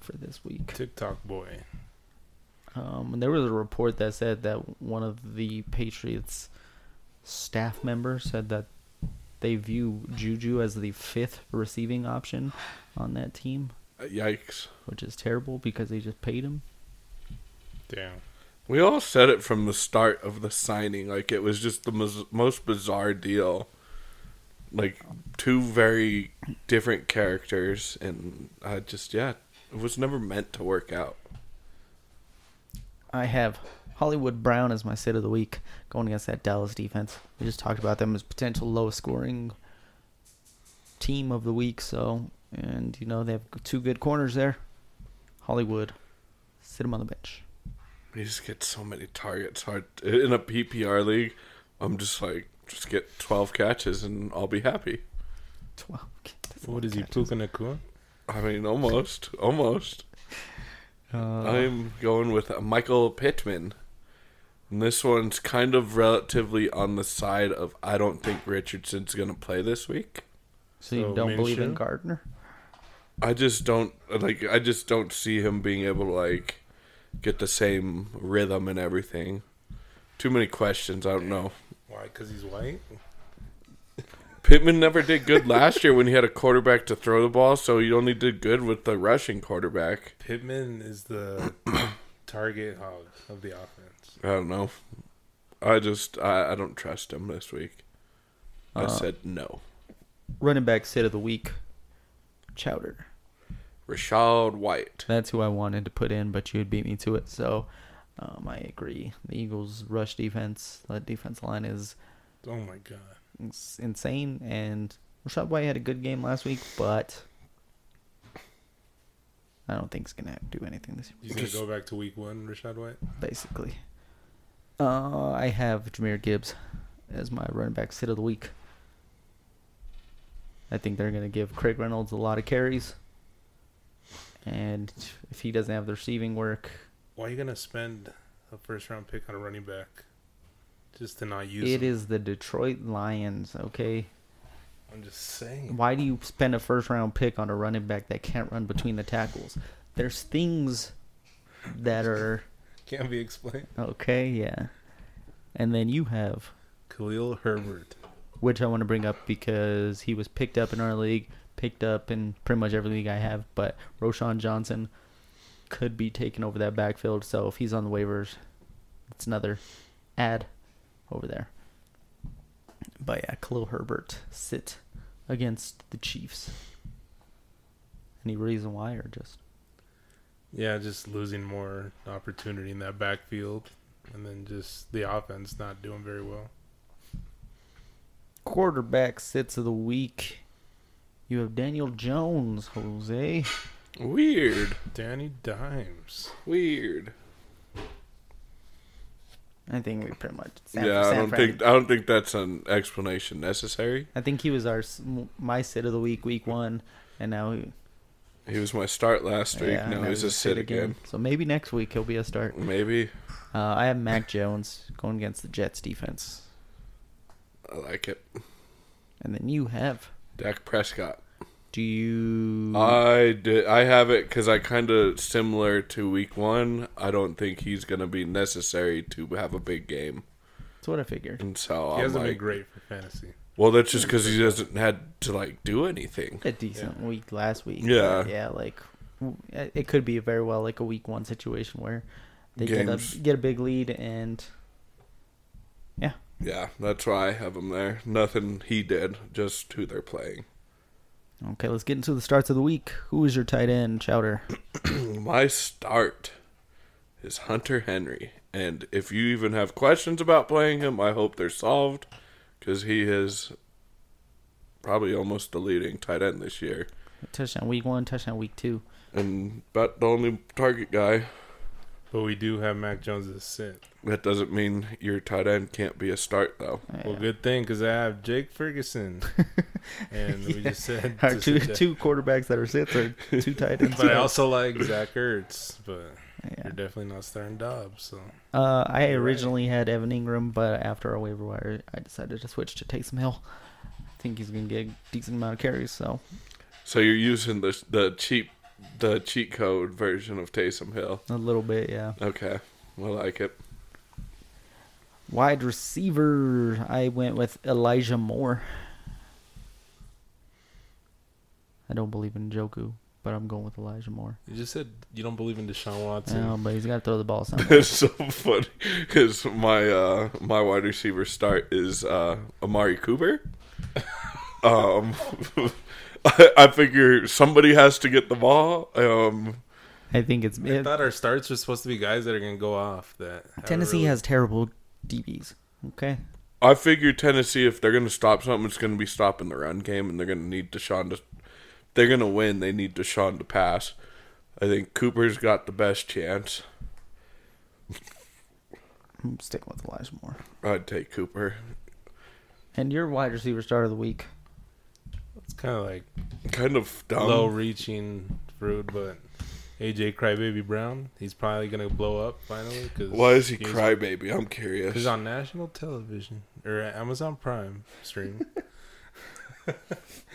Speaker 2: for this week.
Speaker 3: TikTok boy.
Speaker 2: Um, there was a report that said that one of the Patriots staff members said that they view Juju as the fifth receiving option on that team,
Speaker 4: Yikes.
Speaker 2: which is terrible because they just paid him.
Speaker 3: Damn.
Speaker 4: We all said it from the start of the signing. Like it was just the mus- most bizarre deal. Like two very different characters, and I just yeah, it was never meant to work out.
Speaker 2: I have Hollywood Brown as my sit of the week going against that Dallas defense. We just talked about them as potential lowest scoring team of the week. So, and you know they have two good corners there. Hollywood, sit him on the bench.
Speaker 4: You just get so many targets. Hard in a PPR league. I'm just like, just get 12 catches, and I'll be happy.
Speaker 2: Twelve. That's a lot
Speaker 3: What
Speaker 2: of
Speaker 3: is he,
Speaker 2: catches.
Speaker 3: Puka Nakua?
Speaker 4: I mean, almost, almost.
Speaker 2: Uh,
Speaker 4: I'm going with uh, Michael Pittman. And this one's kind of relatively on the side of I don't think Richardson's going to play this week.
Speaker 2: so you
Speaker 3: so
Speaker 2: don't believe in
Speaker 3: Minshew?
Speaker 2: Gardner?
Speaker 4: I just don't like I just don't see him being able to like get the same rhythm and everything. Too many questions, I don't know.
Speaker 3: Why? Because he's white.
Speaker 4: Pittman never did good last year when he had a quarterback to throw the ball, so he only did good with the rushing quarterback.
Speaker 3: Pittman is the target hog of the offense.
Speaker 4: I don't know. I just I, I don't trust him this week. I said no.
Speaker 2: Running back sit of the week, Chowder.
Speaker 4: Rashad White.
Speaker 2: That's who I wanted to put in, but you had beat me to it. So um, I agree. The Eagles' rush defense, that defense line is
Speaker 3: Oh my god.
Speaker 2: ins- insane. And Rashad White had a good game last week, but I don't think he's gonna do anything this
Speaker 3: He's
Speaker 2: year.
Speaker 3: gonna
Speaker 4: Just-
Speaker 3: go back to week one, Rashad White.
Speaker 2: Basically, uh, I have Jameer Gibbs as my running back sit of the week. I think they're gonna give Craig Reynolds a lot of carries, and if he doesn't have the receiving work,
Speaker 3: Why are you gonna spend a first round pick on a running back just to not use
Speaker 2: it
Speaker 3: him?
Speaker 2: is the Detroit Lions. Okay.
Speaker 3: I'm just saying.
Speaker 2: Why do you spend a first round pick on a running back that can't run between the tackles? There's things that are
Speaker 3: Can't be explained.
Speaker 2: okay, yeah. And then you have,
Speaker 3: Khalil Herbert.
Speaker 2: which I want to bring up because he was picked up in our league, picked up in pretty much every league I have, but Roshan Johnson could be taking over that backfield. So if he's on the waivers, it's another ad over there. But yeah, Khalil Herbert sit against the Chiefs. Any reason why, or just
Speaker 3: Yeah, just losing more opportunity in that backfield, and then just the offense not doing very well.
Speaker 2: quarterback sits of the week? You have Daniel Jones, Jose.
Speaker 4: Weird.
Speaker 3: Danny Dimes.
Speaker 4: Weird.
Speaker 2: I think we pretty much. San-
Speaker 4: yeah, I
Speaker 2: San
Speaker 4: don't
Speaker 2: Fran-
Speaker 4: think I don't think that's an explanation necessary.
Speaker 2: I think he was our s- m- my sit of the week, week one, and now he,
Speaker 4: He was my start last week.
Speaker 2: yeah,
Speaker 4: now he's a sit again.
Speaker 2: So maybe next week he'll be a start.
Speaker 4: Maybe
Speaker 2: Uh, I have Mac Jones going against the Jets defense,
Speaker 4: I like it.
Speaker 2: and then you have.
Speaker 4: Dak Prescott.
Speaker 2: Do you?
Speaker 4: Mm. I did. I have it because I kind of similar to week one. I don't think he's gonna be necessary to have a big game,
Speaker 2: that's what I figured.
Speaker 4: and so
Speaker 3: He
Speaker 4: I'm
Speaker 3: hasn't been
Speaker 4: like,
Speaker 3: great for fantasy.
Speaker 4: well, that's just because he doesn't had to like do anything.
Speaker 2: A decent week last week.
Speaker 4: Yeah.
Speaker 2: but yeah. Like w- it could be very well like a week one situation where they
Speaker 4: Games.
Speaker 2: get a get a big lead and yeah,
Speaker 4: Yeah, that's why I have him there. Nothing he did, just who they're playing.
Speaker 2: Okay, let's get into the starts of the week. Who is your tight end, Chowder?
Speaker 4: My start is Hunter Henry, and if you even have questions about playing him, I hope they're solved because he is probably almost the leading tight end this year.
Speaker 2: Touchdown week one, touchdown week two.
Speaker 4: and about the only target guy.
Speaker 3: But we do have Mac Jones as a sit.
Speaker 4: That doesn't mean your tight end can't be a start though.
Speaker 3: Well, good thing because I have Jake Ferguson, and we just said
Speaker 2: Our
Speaker 3: to
Speaker 2: two
Speaker 3: sit Jake.
Speaker 2: two quarterbacks that are sits are two tight ends.
Speaker 3: But I also like Zach Ertz, but
Speaker 2: Yeah.
Speaker 3: you're definitely not starting Dobbs. So
Speaker 2: Uh, I originally had Evan Ingram, but after a waiver wire, I decided to switch to Taysom Hill. I think he's gonna get a decent amount of carries. So
Speaker 4: So you're using the the cheap the cheat code version of Taysom Hill.
Speaker 2: a little bit, yeah.
Speaker 4: Okay, I like it.
Speaker 2: Wide receiver, I went with Elijah Moore. I don't believe in Joku, but I'm going with Elijah Moore.
Speaker 3: you just said you don't believe in Deshaun Watson.
Speaker 2: Oh, but he's got to throw the ball somewhere.
Speaker 4: It's so funny because my uh, my wide receiver start is uh, Amari Cooper. um, I, I figure somebody has to get the ball. Um,
Speaker 2: I think it's
Speaker 3: I thought our starts were supposed to be guys that are going to go off. That have a
Speaker 2: Tennessee
Speaker 3: really-
Speaker 2: has terrible DBs. Okay.
Speaker 4: I figure Tennessee, if they're going to stop something, it's going to be stopping the run game, and they're going to need Deshaun to. They're going to win. They need Deshaun to pass. I think Cooper's got the best chance.
Speaker 2: I'm sticking with Elijah Moore.
Speaker 4: I'd take Cooper.
Speaker 2: And your wide receiver start of the week.
Speaker 3: It's kind of like
Speaker 4: Kind of dumb.
Speaker 3: low reaching fruit, but AJ Crybaby Brown, he's probably going to blow up finally. Cause
Speaker 4: Why is he
Speaker 3: he's-
Speaker 4: crybaby? I'm curious.
Speaker 3: He's on national television or Amazon Prime stream.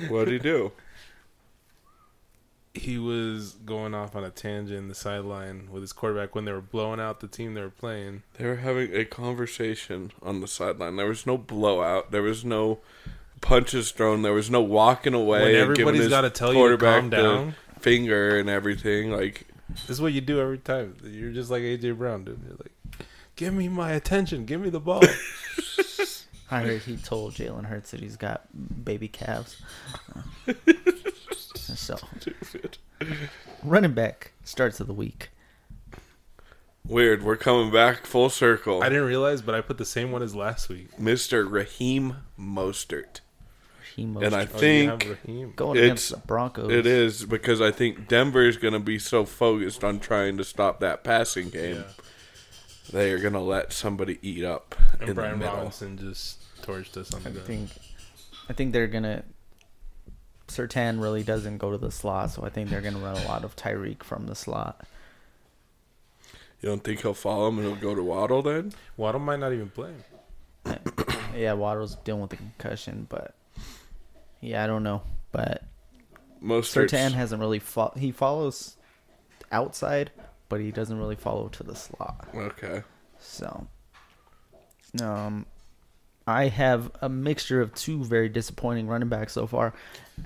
Speaker 4: What'd he do?
Speaker 3: he was going off on a tangent in the sideline with his quarterback when they were blowing out the team they were playing.
Speaker 4: They were having a conversation on the sideline. There was no blowout. There was no punches thrown. There was no walking away.
Speaker 3: when
Speaker 4: and giving
Speaker 3: everybody's
Speaker 4: his
Speaker 3: got to tell you to
Speaker 4: quarterback
Speaker 3: calm
Speaker 4: the
Speaker 3: down,
Speaker 4: Finger and everything. Like
Speaker 3: this is what you do every time. You're just like AJ Brown, dude. You're like, give me my attention, give me the ball.
Speaker 2: I heard he told Jalen Hurts that he's got baby calves. so, running back starts of the week.
Speaker 4: weird. We're coming back full circle.
Speaker 3: I didn't realize, but I put the same one as last week.
Speaker 4: Mr. Raheem Mostert.
Speaker 2: He most
Speaker 4: And I
Speaker 3: Oh, you have
Speaker 4: think
Speaker 3: Raheem.
Speaker 2: going
Speaker 4: it's-
Speaker 2: against the Broncos.
Speaker 4: it is because I think Denver is going to be so focused on trying to stop that passing game.
Speaker 3: Yeah.
Speaker 4: They are going to let somebody eat up
Speaker 3: And
Speaker 4: in the
Speaker 3: Brian
Speaker 4: middle.
Speaker 3: Robinson just torched us on
Speaker 2: I
Speaker 3: the ground.
Speaker 2: think, I think they're gonna. Sertan really doesn't go to the slot, so I think they're gonna run a lot of Tyreek from the slot.
Speaker 4: You don't think he'll follow him and he'll go to Waddle then?
Speaker 3: Waddle might not even play. him.
Speaker 2: Yeah, Waddle's dealing with the concussion, but yeah, I don't know. But
Speaker 4: Mostert's,
Speaker 2: Sertan hasn't really fo- he follows outside, but he doesn't really follow to the slot.
Speaker 4: okay.
Speaker 2: So, um, I have a mixture of two very disappointing running backs so far: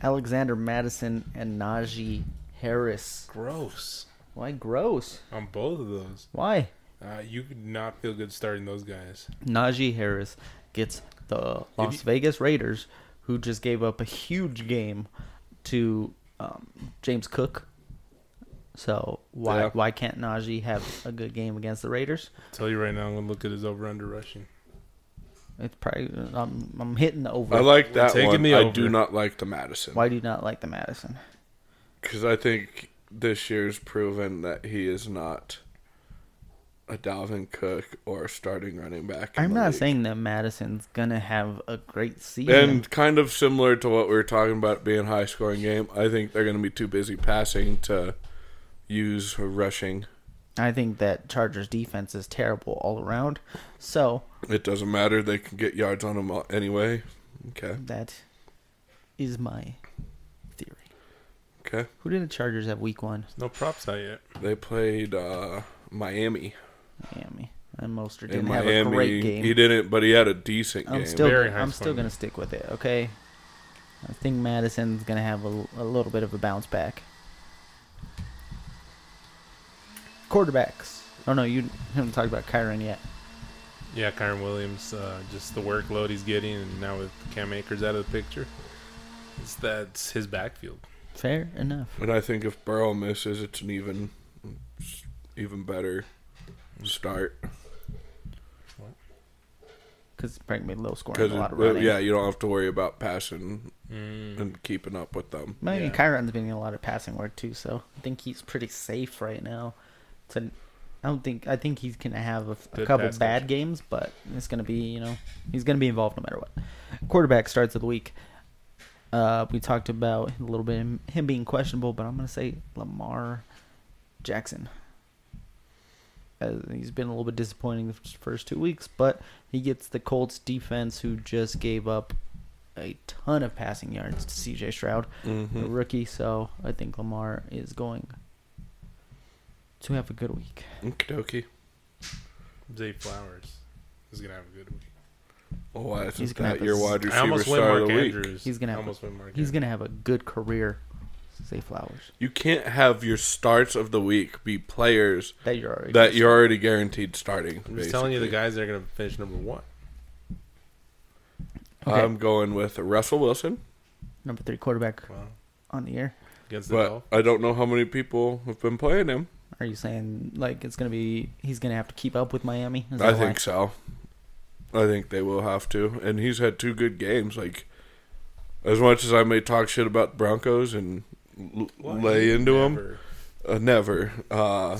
Speaker 2: Alexander Madison and Najee Harris.
Speaker 3: Gross.
Speaker 2: Why gross?
Speaker 3: On both of those,
Speaker 2: Why
Speaker 3: uh, you could not feel good starting those guys.
Speaker 2: Najee Harris gets the Las Vegas Raiders, who just gave up a huge game to um, James Cook. So why
Speaker 4: Yeah.
Speaker 2: why can't Najee have a good game against the Raiders?
Speaker 3: tell you right now, I'm gonna look at his over under rushing.
Speaker 2: It's probably I'm, I'm hitting the over.
Speaker 4: I like that
Speaker 3: taking
Speaker 4: one.
Speaker 3: the
Speaker 4: I
Speaker 3: over.
Speaker 4: do not like the Madison
Speaker 2: why do you not like the Madison?
Speaker 4: because I think this year's proven that he is not a Dalvin Cook or a starting running back. in
Speaker 2: I'm
Speaker 4: the
Speaker 2: not
Speaker 4: league.
Speaker 2: saying that Madison's gonna have a great season.
Speaker 4: And kind of similar to what we were talking about being high scoring game, I think they're going to be too busy passing to use rushing.
Speaker 2: I think that Chargers defense is terrible all around. So
Speaker 4: It doesn't matter; they can get yards on them all- anyway. Okay,
Speaker 2: that is my theory.
Speaker 4: okay.
Speaker 2: Who did the Chargers have week one?
Speaker 3: No props out yet.
Speaker 4: They played uh, Miami.
Speaker 2: Miami. And Mostert
Speaker 4: In
Speaker 2: didn't have
Speaker 4: Miami,
Speaker 2: a great game.
Speaker 4: he didn't, but he had a decent
Speaker 2: I'm
Speaker 4: game.
Speaker 2: still
Speaker 3: Very high
Speaker 2: I'm still
Speaker 3: scoring.
Speaker 2: gonna stick with it. Okay. I think Madison's gonna have a, a little bit of a bounce back. Quarterbacks. Oh no, you haven't talked about Kyron yet.
Speaker 3: Yeah, Kyron Williams, uh, just the workload he's getting, and now with Cam Akers out of the picture, it's that's his backfield.
Speaker 2: Fair enough.
Speaker 4: And I think if Burrow misses, it's an even, it's even better start
Speaker 2: Because it's probably low scoring,
Speaker 4: because
Speaker 2: a lot of running.
Speaker 4: yeah, you don't have to worry about passing
Speaker 3: Mm.
Speaker 4: and keeping up with them.
Speaker 2: I mean,
Speaker 3: Yeah.
Speaker 2: Kyron's been getting a lot of passing work too, so I think he's pretty safe right now. To, I don't think I think he's gonna have a, a
Speaker 3: Good
Speaker 2: couple
Speaker 3: pass
Speaker 2: bad
Speaker 3: catch.
Speaker 2: games, but it's gonna be you know he's gonna be involved no matter what. Quarterback starts of the week. Uh, we talked about a little bit him, him being questionable, but I'm gonna say Lamar Jackson. Uh, he's been a little bit disappointing the f- first two weeks, but he gets the Colts defense, who just gave up a ton of passing yards to C.J. Stroud a
Speaker 4: Mm-hmm.
Speaker 2: rookie, so I think Lamar is going to have a good week.
Speaker 4: Okie
Speaker 3: Zay Flowers is gonna have a good week.
Speaker 4: Oh, why
Speaker 2: He's
Speaker 4: isn't
Speaker 2: gonna
Speaker 4: that
Speaker 2: have
Speaker 4: your
Speaker 2: a-
Speaker 4: wide
Speaker 3: I
Speaker 4: receiver
Speaker 3: almost went
Speaker 4: star of
Speaker 3: Mark
Speaker 4: the week?
Speaker 3: Andrews.
Speaker 2: He's gonna
Speaker 3: I
Speaker 2: have-
Speaker 3: almost went Mark.
Speaker 2: He's
Speaker 3: Andrews.
Speaker 2: going to have a good career. Say flowers.
Speaker 4: You can't have your starts of the week be players
Speaker 2: That you're already
Speaker 4: that you're already guaranteed starting.
Speaker 3: I'm just telling you, the
Speaker 4: basically.
Speaker 3: guys that are gonna finish number one.
Speaker 2: Okay.
Speaker 4: I'm going with Russell Wilson,
Speaker 2: number three quarterback
Speaker 3: Well,
Speaker 2: on the year.
Speaker 3: against the
Speaker 4: but
Speaker 3: Dolphins.
Speaker 4: I don't know how many people have been playing him.
Speaker 2: Are you saying like it's going to be he's going to have to keep up with Miami? Is
Speaker 4: I
Speaker 2: that why?
Speaker 4: think so. I think they will have to. And he's had two good games. Like, as much as I may talk shit about Broncos and l- lay into them, uh, never. Uh,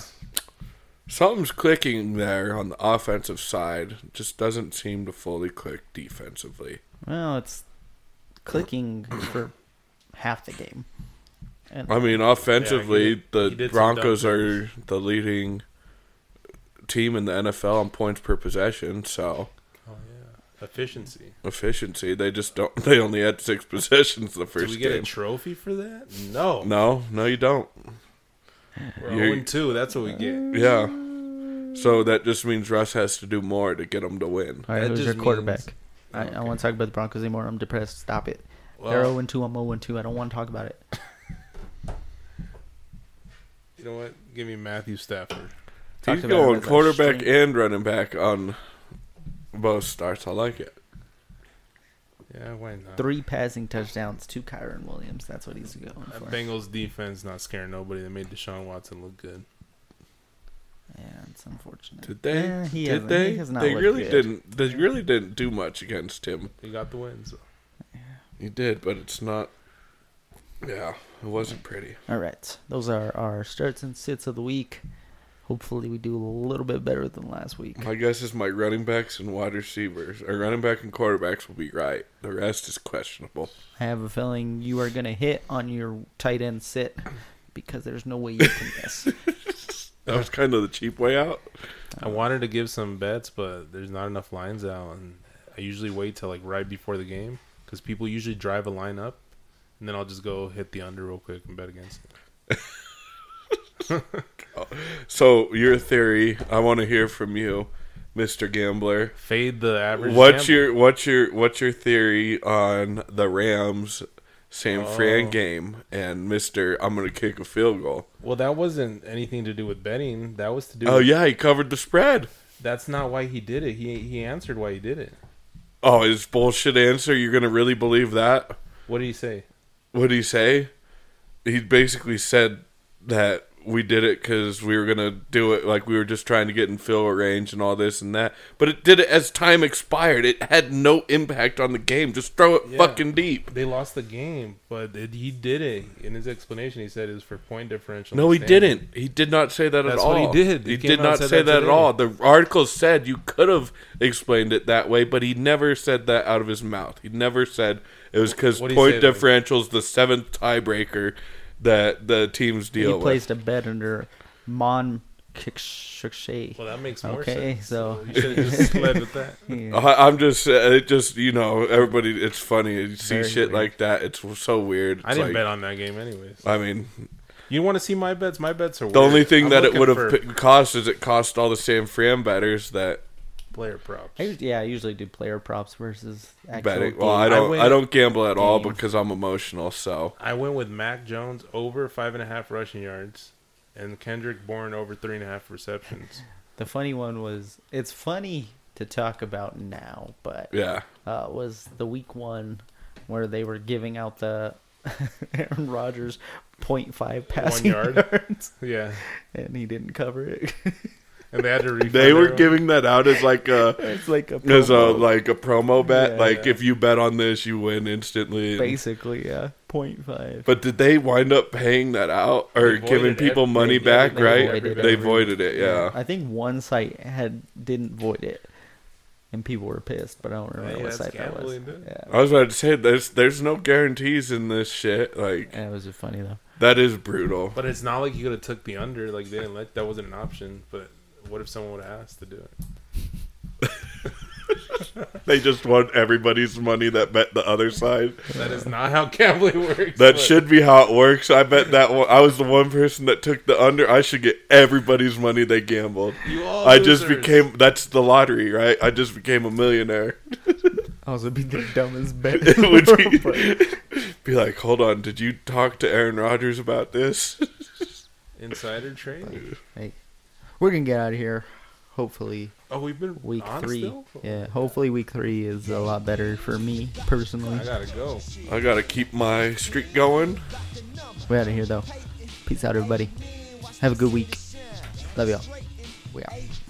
Speaker 4: something's clicking there on the offensive side. Just doesn't seem to fully click defensively.
Speaker 2: Well, it's clicking for half the game. And
Speaker 4: I mean, offensively,
Speaker 3: Yeah, he- he
Speaker 4: the
Speaker 3: did some
Speaker 4: Broncos
Speaker 3: dumb
Speaker 4: are
Speaker 3: things.
Speaker 4: the leading team in the NFL on points per possession. So
Speaker 3: Oh yeah, efficiency.
Speaker 4: efficiency, they just don't. They only had six possessions the first
Speaker 3: Do we get a
Speaker 4: game.
Speaker 3: trophy for that? No,
Speaker 4: no, no, you don't.
Speaker 3: We're
Speaker 4: You-
Speaker 3: 0 2. That's what we get.
Speaker 4: Yeah. So that just means Russ has to do more to get them to win.
Speaker 2: all right,
Speaker 3: that
Speaker 2: who's
Speaker 3: just
Speaker 2: your
Speaker 3: means-
Speaker 2: quarterback? I, I
Speaker 3: Okay.
Speaker 2: want to talk about the Broncos anymore. I'm depressed. Stop it. They're
Speaker 3: Well,
Speaker 2: 0 2. I'm 0 2. I don't want to talk about it.
Speaker 4: uh,
Speaker 3: you know what? Give me Matthew Stafford.
Speaker 2: Talked about
Speaker 4: He's
Speaker 2: him
Speaker 4: going
Speaker 2: as a
Speaker 4: quarterback
Speaker 2: string.
Speaker 4: and running back on both starts. I like it.
Speaker 3: Yeah, why not?
Speaker 2: Three passing touchdowns to Kyron Williams. That's what he's going
Speaker 3: That
Speaker 2: for.
Speaker 3: Bengals defense not scaring nobody. They made Deshaun Watson look good.
Speaker 2: Yeah, it's unfortunate.
Speaker 4: Did they?
Speaker 2: Eh, he
Speaker 4: Did
Speaker 2: hasn't-
Speaker 4: they?
Speaker 2: he has not
Speaker 4: they
Speaker 2: looked
Speaker 4: really
Speaker 2: good.
Speaker 4: didn't. They really didn't do much against him.
Speaker 3: They got the wins.
Speaker 4: You did, but it's not. Yeah, it wasn't pretty.
Speaker 2: All right, those are our starts and sits of the week. Hopefully, we do a little bit better than last week.
Speaker 4: My guess is my running backs and wide receivers, or running back and quarterbacks, will be right. The rest is questionable.
Speaker 2: I have a feeling you are going to hit on your tight end sit because there's no way you can miss.
Speaker 4: That was kind of the cheap way out.
Speaker 3: I wanted to give some bets, but there's not enough lines out, and I usually wait till like right before the game because people usually drive a line up, and then I'll just go hit the under real quick and bet against it.
Speaker 4: So your theory, I want to hear from you, Mister Gambler.
Speaker 3: Fade the average.
Speaker 4: What's
Speaker 3: gambler.
Speaker 4: your what's your what's your theory on the Rams San Fran
Speaker 3: Oh.
Speaker 4: game and Mister? I'm gonna kick a field goal.
Speaker 3: Well, that wasn't anything to do with betting. That was to do.
Speaker 4: Oh
Speaker 3: with,
Speaker 4: yeah, he covered the spread.
Speaker 3: That's not why he did it. He he answered why he did it.
Speaker 4: Oh, his bullshit answer. You're gonna really believe that?
Speaker 3: What did he say?
Speaker 4: What did he say? He basically said that we did it because we were gonna do it like we were just trying to get in fill range and all this and that. But it did it as time expired. It had no impact on the game. Just throw it
Speaker 3: Yeah.
Speaker 4: fucking deep.
Speaker 3: They lost the game, but it, he did it. In his explanation, he said it was for point differential.
Speaker 4: No, he
Speaker 3: standing.
Speaker 4: didn't. He did not say that
Speaker 3: That's
Speaker 4: at all.
Speaker 3: what he did. He
Speaker 4: He
Speaker 3: came
Speaker 4: did
Speaker 3: out and
Speaker 4: not
Speaker 3: said
Speaker 4: say that,
Speaker 3: that
Speaker 4: at
Speaker 3: today.
Speaker 4: all. The article said you could have explained it that way, but he never said that out of his mouth. He never said it was because
Speaker 3: What'd
Speaker 4: point
Speaker 3: he say, Mike?
Speaker 4: differential's the seventh tiebreaker that the teams deal
Speaker 2: he
Speaker 4: with.
Speaker 2: placed a bet under Mon Kikshay.
Speaker 3: Well, that makes more
Speaker 2: Okay,
Speaker 3: sense.
Speaker 2: so-
Speaker 3: you should have just led with that.
Speaker 4: I, I'm just, uh, it just, you know, everybody, it's funny. You see
Speaker 2: Very weird.
Speaker 4: shit like that. It's so weird.
Speaker 3: I
Speaker 4: It's
Speaker 3: didn't
Speaker 4: like-
Speaker 3: bet on that game, anyways.
Speaker 4: I mean,
Speaker 3: You want to see my bets? My bets are
Speaker 4: the only thing
Speaker 3: I'm
Speaker 4: that it
Speaker 3: looking
Speaker 4: would have
Speaker 3: for
Speaker 4: p- cost is it cost all the Sam Fram betters that
Speaker 3: player props.
Speaker 2: I, us- yeah, I usually do player props versus actual.
Speaker 4: betting.
Speaker 2: Betting.
Speaker 4: Well, I
Speaker 3: game. I
Speaker 4: don't,
Speaker 3: went-
Speaker 4: I, don't gamble at all
Speaker 2: Games.
Speaker 4: because I'm emotional. So
Speaker 3: I went with Mac Jones over five and a half rushing yards, and Kendrick Bourne over three and a half receptions.
Speaker 2: The funny one was it's funny to talk about now, but
Speaker 4: yeah.
Speaker 2: uh, was the week one where they were giving out the Aaron Rodgers 0.5 passing
Speaker 3: yard.
Speaker 2: yards,
Speaker 3: Yeah,
Speaker 2: and he didn't cover it.
Speaker 3: and they had to refund.
Speaker 4: They were
Speaker 3: everyone.
Speaker 4: giving that out as like a
Speaker 2: it's like a
Speaker 4: as a
Speaker 2: promo,
Speaker 4: like a promo bet.
Speaker 2: Yeah.
Speaker 4: like if you bet on this, you win instantly.
Speaker 2: basically yeah 0.5.
Speaker 4: But did they wind up paying that out or
Speaker 3: They voided
Speaker 4: giving
Speaker 3: it.
Speaker 4: people
Speaker 3: They-
Speaker 4: money
Speaker 3: yeah,
Speaker 4: back?
Speaker 2: they
Speaker 4: right?
Speaker 2: voided
Speaker 4: they
Speaker 2: it.
Speaker 4: voided it. Yeah.
Speaker 2: I think one site had didn't void it, and people were pissed. But I don't remember
Speaker 3: yeah,
Speaker 2: what
Speaker 3: that's
Speaker 2: site that was.
Speaker 3: gambling, dude.
Speaker 2: Yeah,
Speaker 4: I was about to say there's there's no guarantees in this shit. Like
Speaker 2: Yeah, it was funny though.
Speaker 4: that is brutal.
Speaker 3: But it's not like you could have took the under. Like they didn't let that wasn't an option. But what if someone would have asked to do it?
Speaker 4: They just want everybody's money that bet the other side.
Speaker 3: That is not how gambling works.
Speaker 4: That
Speaker 3: but-
Speaker 4: should be how it works. I bet that one, I was the one person that took the under. I should get everybody's money they gambled.
Speaker 3: You all
Speaker 4: I just
Speaker 3: losers.
Speaker 4: became that's the lottery, right? I just became a millionaire.
Speaker 2: I was be the dumbest bet.
Speaker 4: It would be, be like, hold on, did you talk to Aaron Rodgers about this?
Speaker 3: insider trading.
Speaker 2: we're gonna get out of here. Hopefully,
Speaker 3: Oh, we've been
Speaker 2: week
Speaker 3: on
Speaker 2: three.
Speaker 3: Still?
Speaker 2: Yeah, hopefully week three is a lot better for me personally.
Speaker 3: I gotta go.
Speaker 4: I gotta keep my streak going.
Speaker 2: We're out of here though. Peace out, everybody. Have a good week. Love y'all. We out.
Speaker 1: Hey,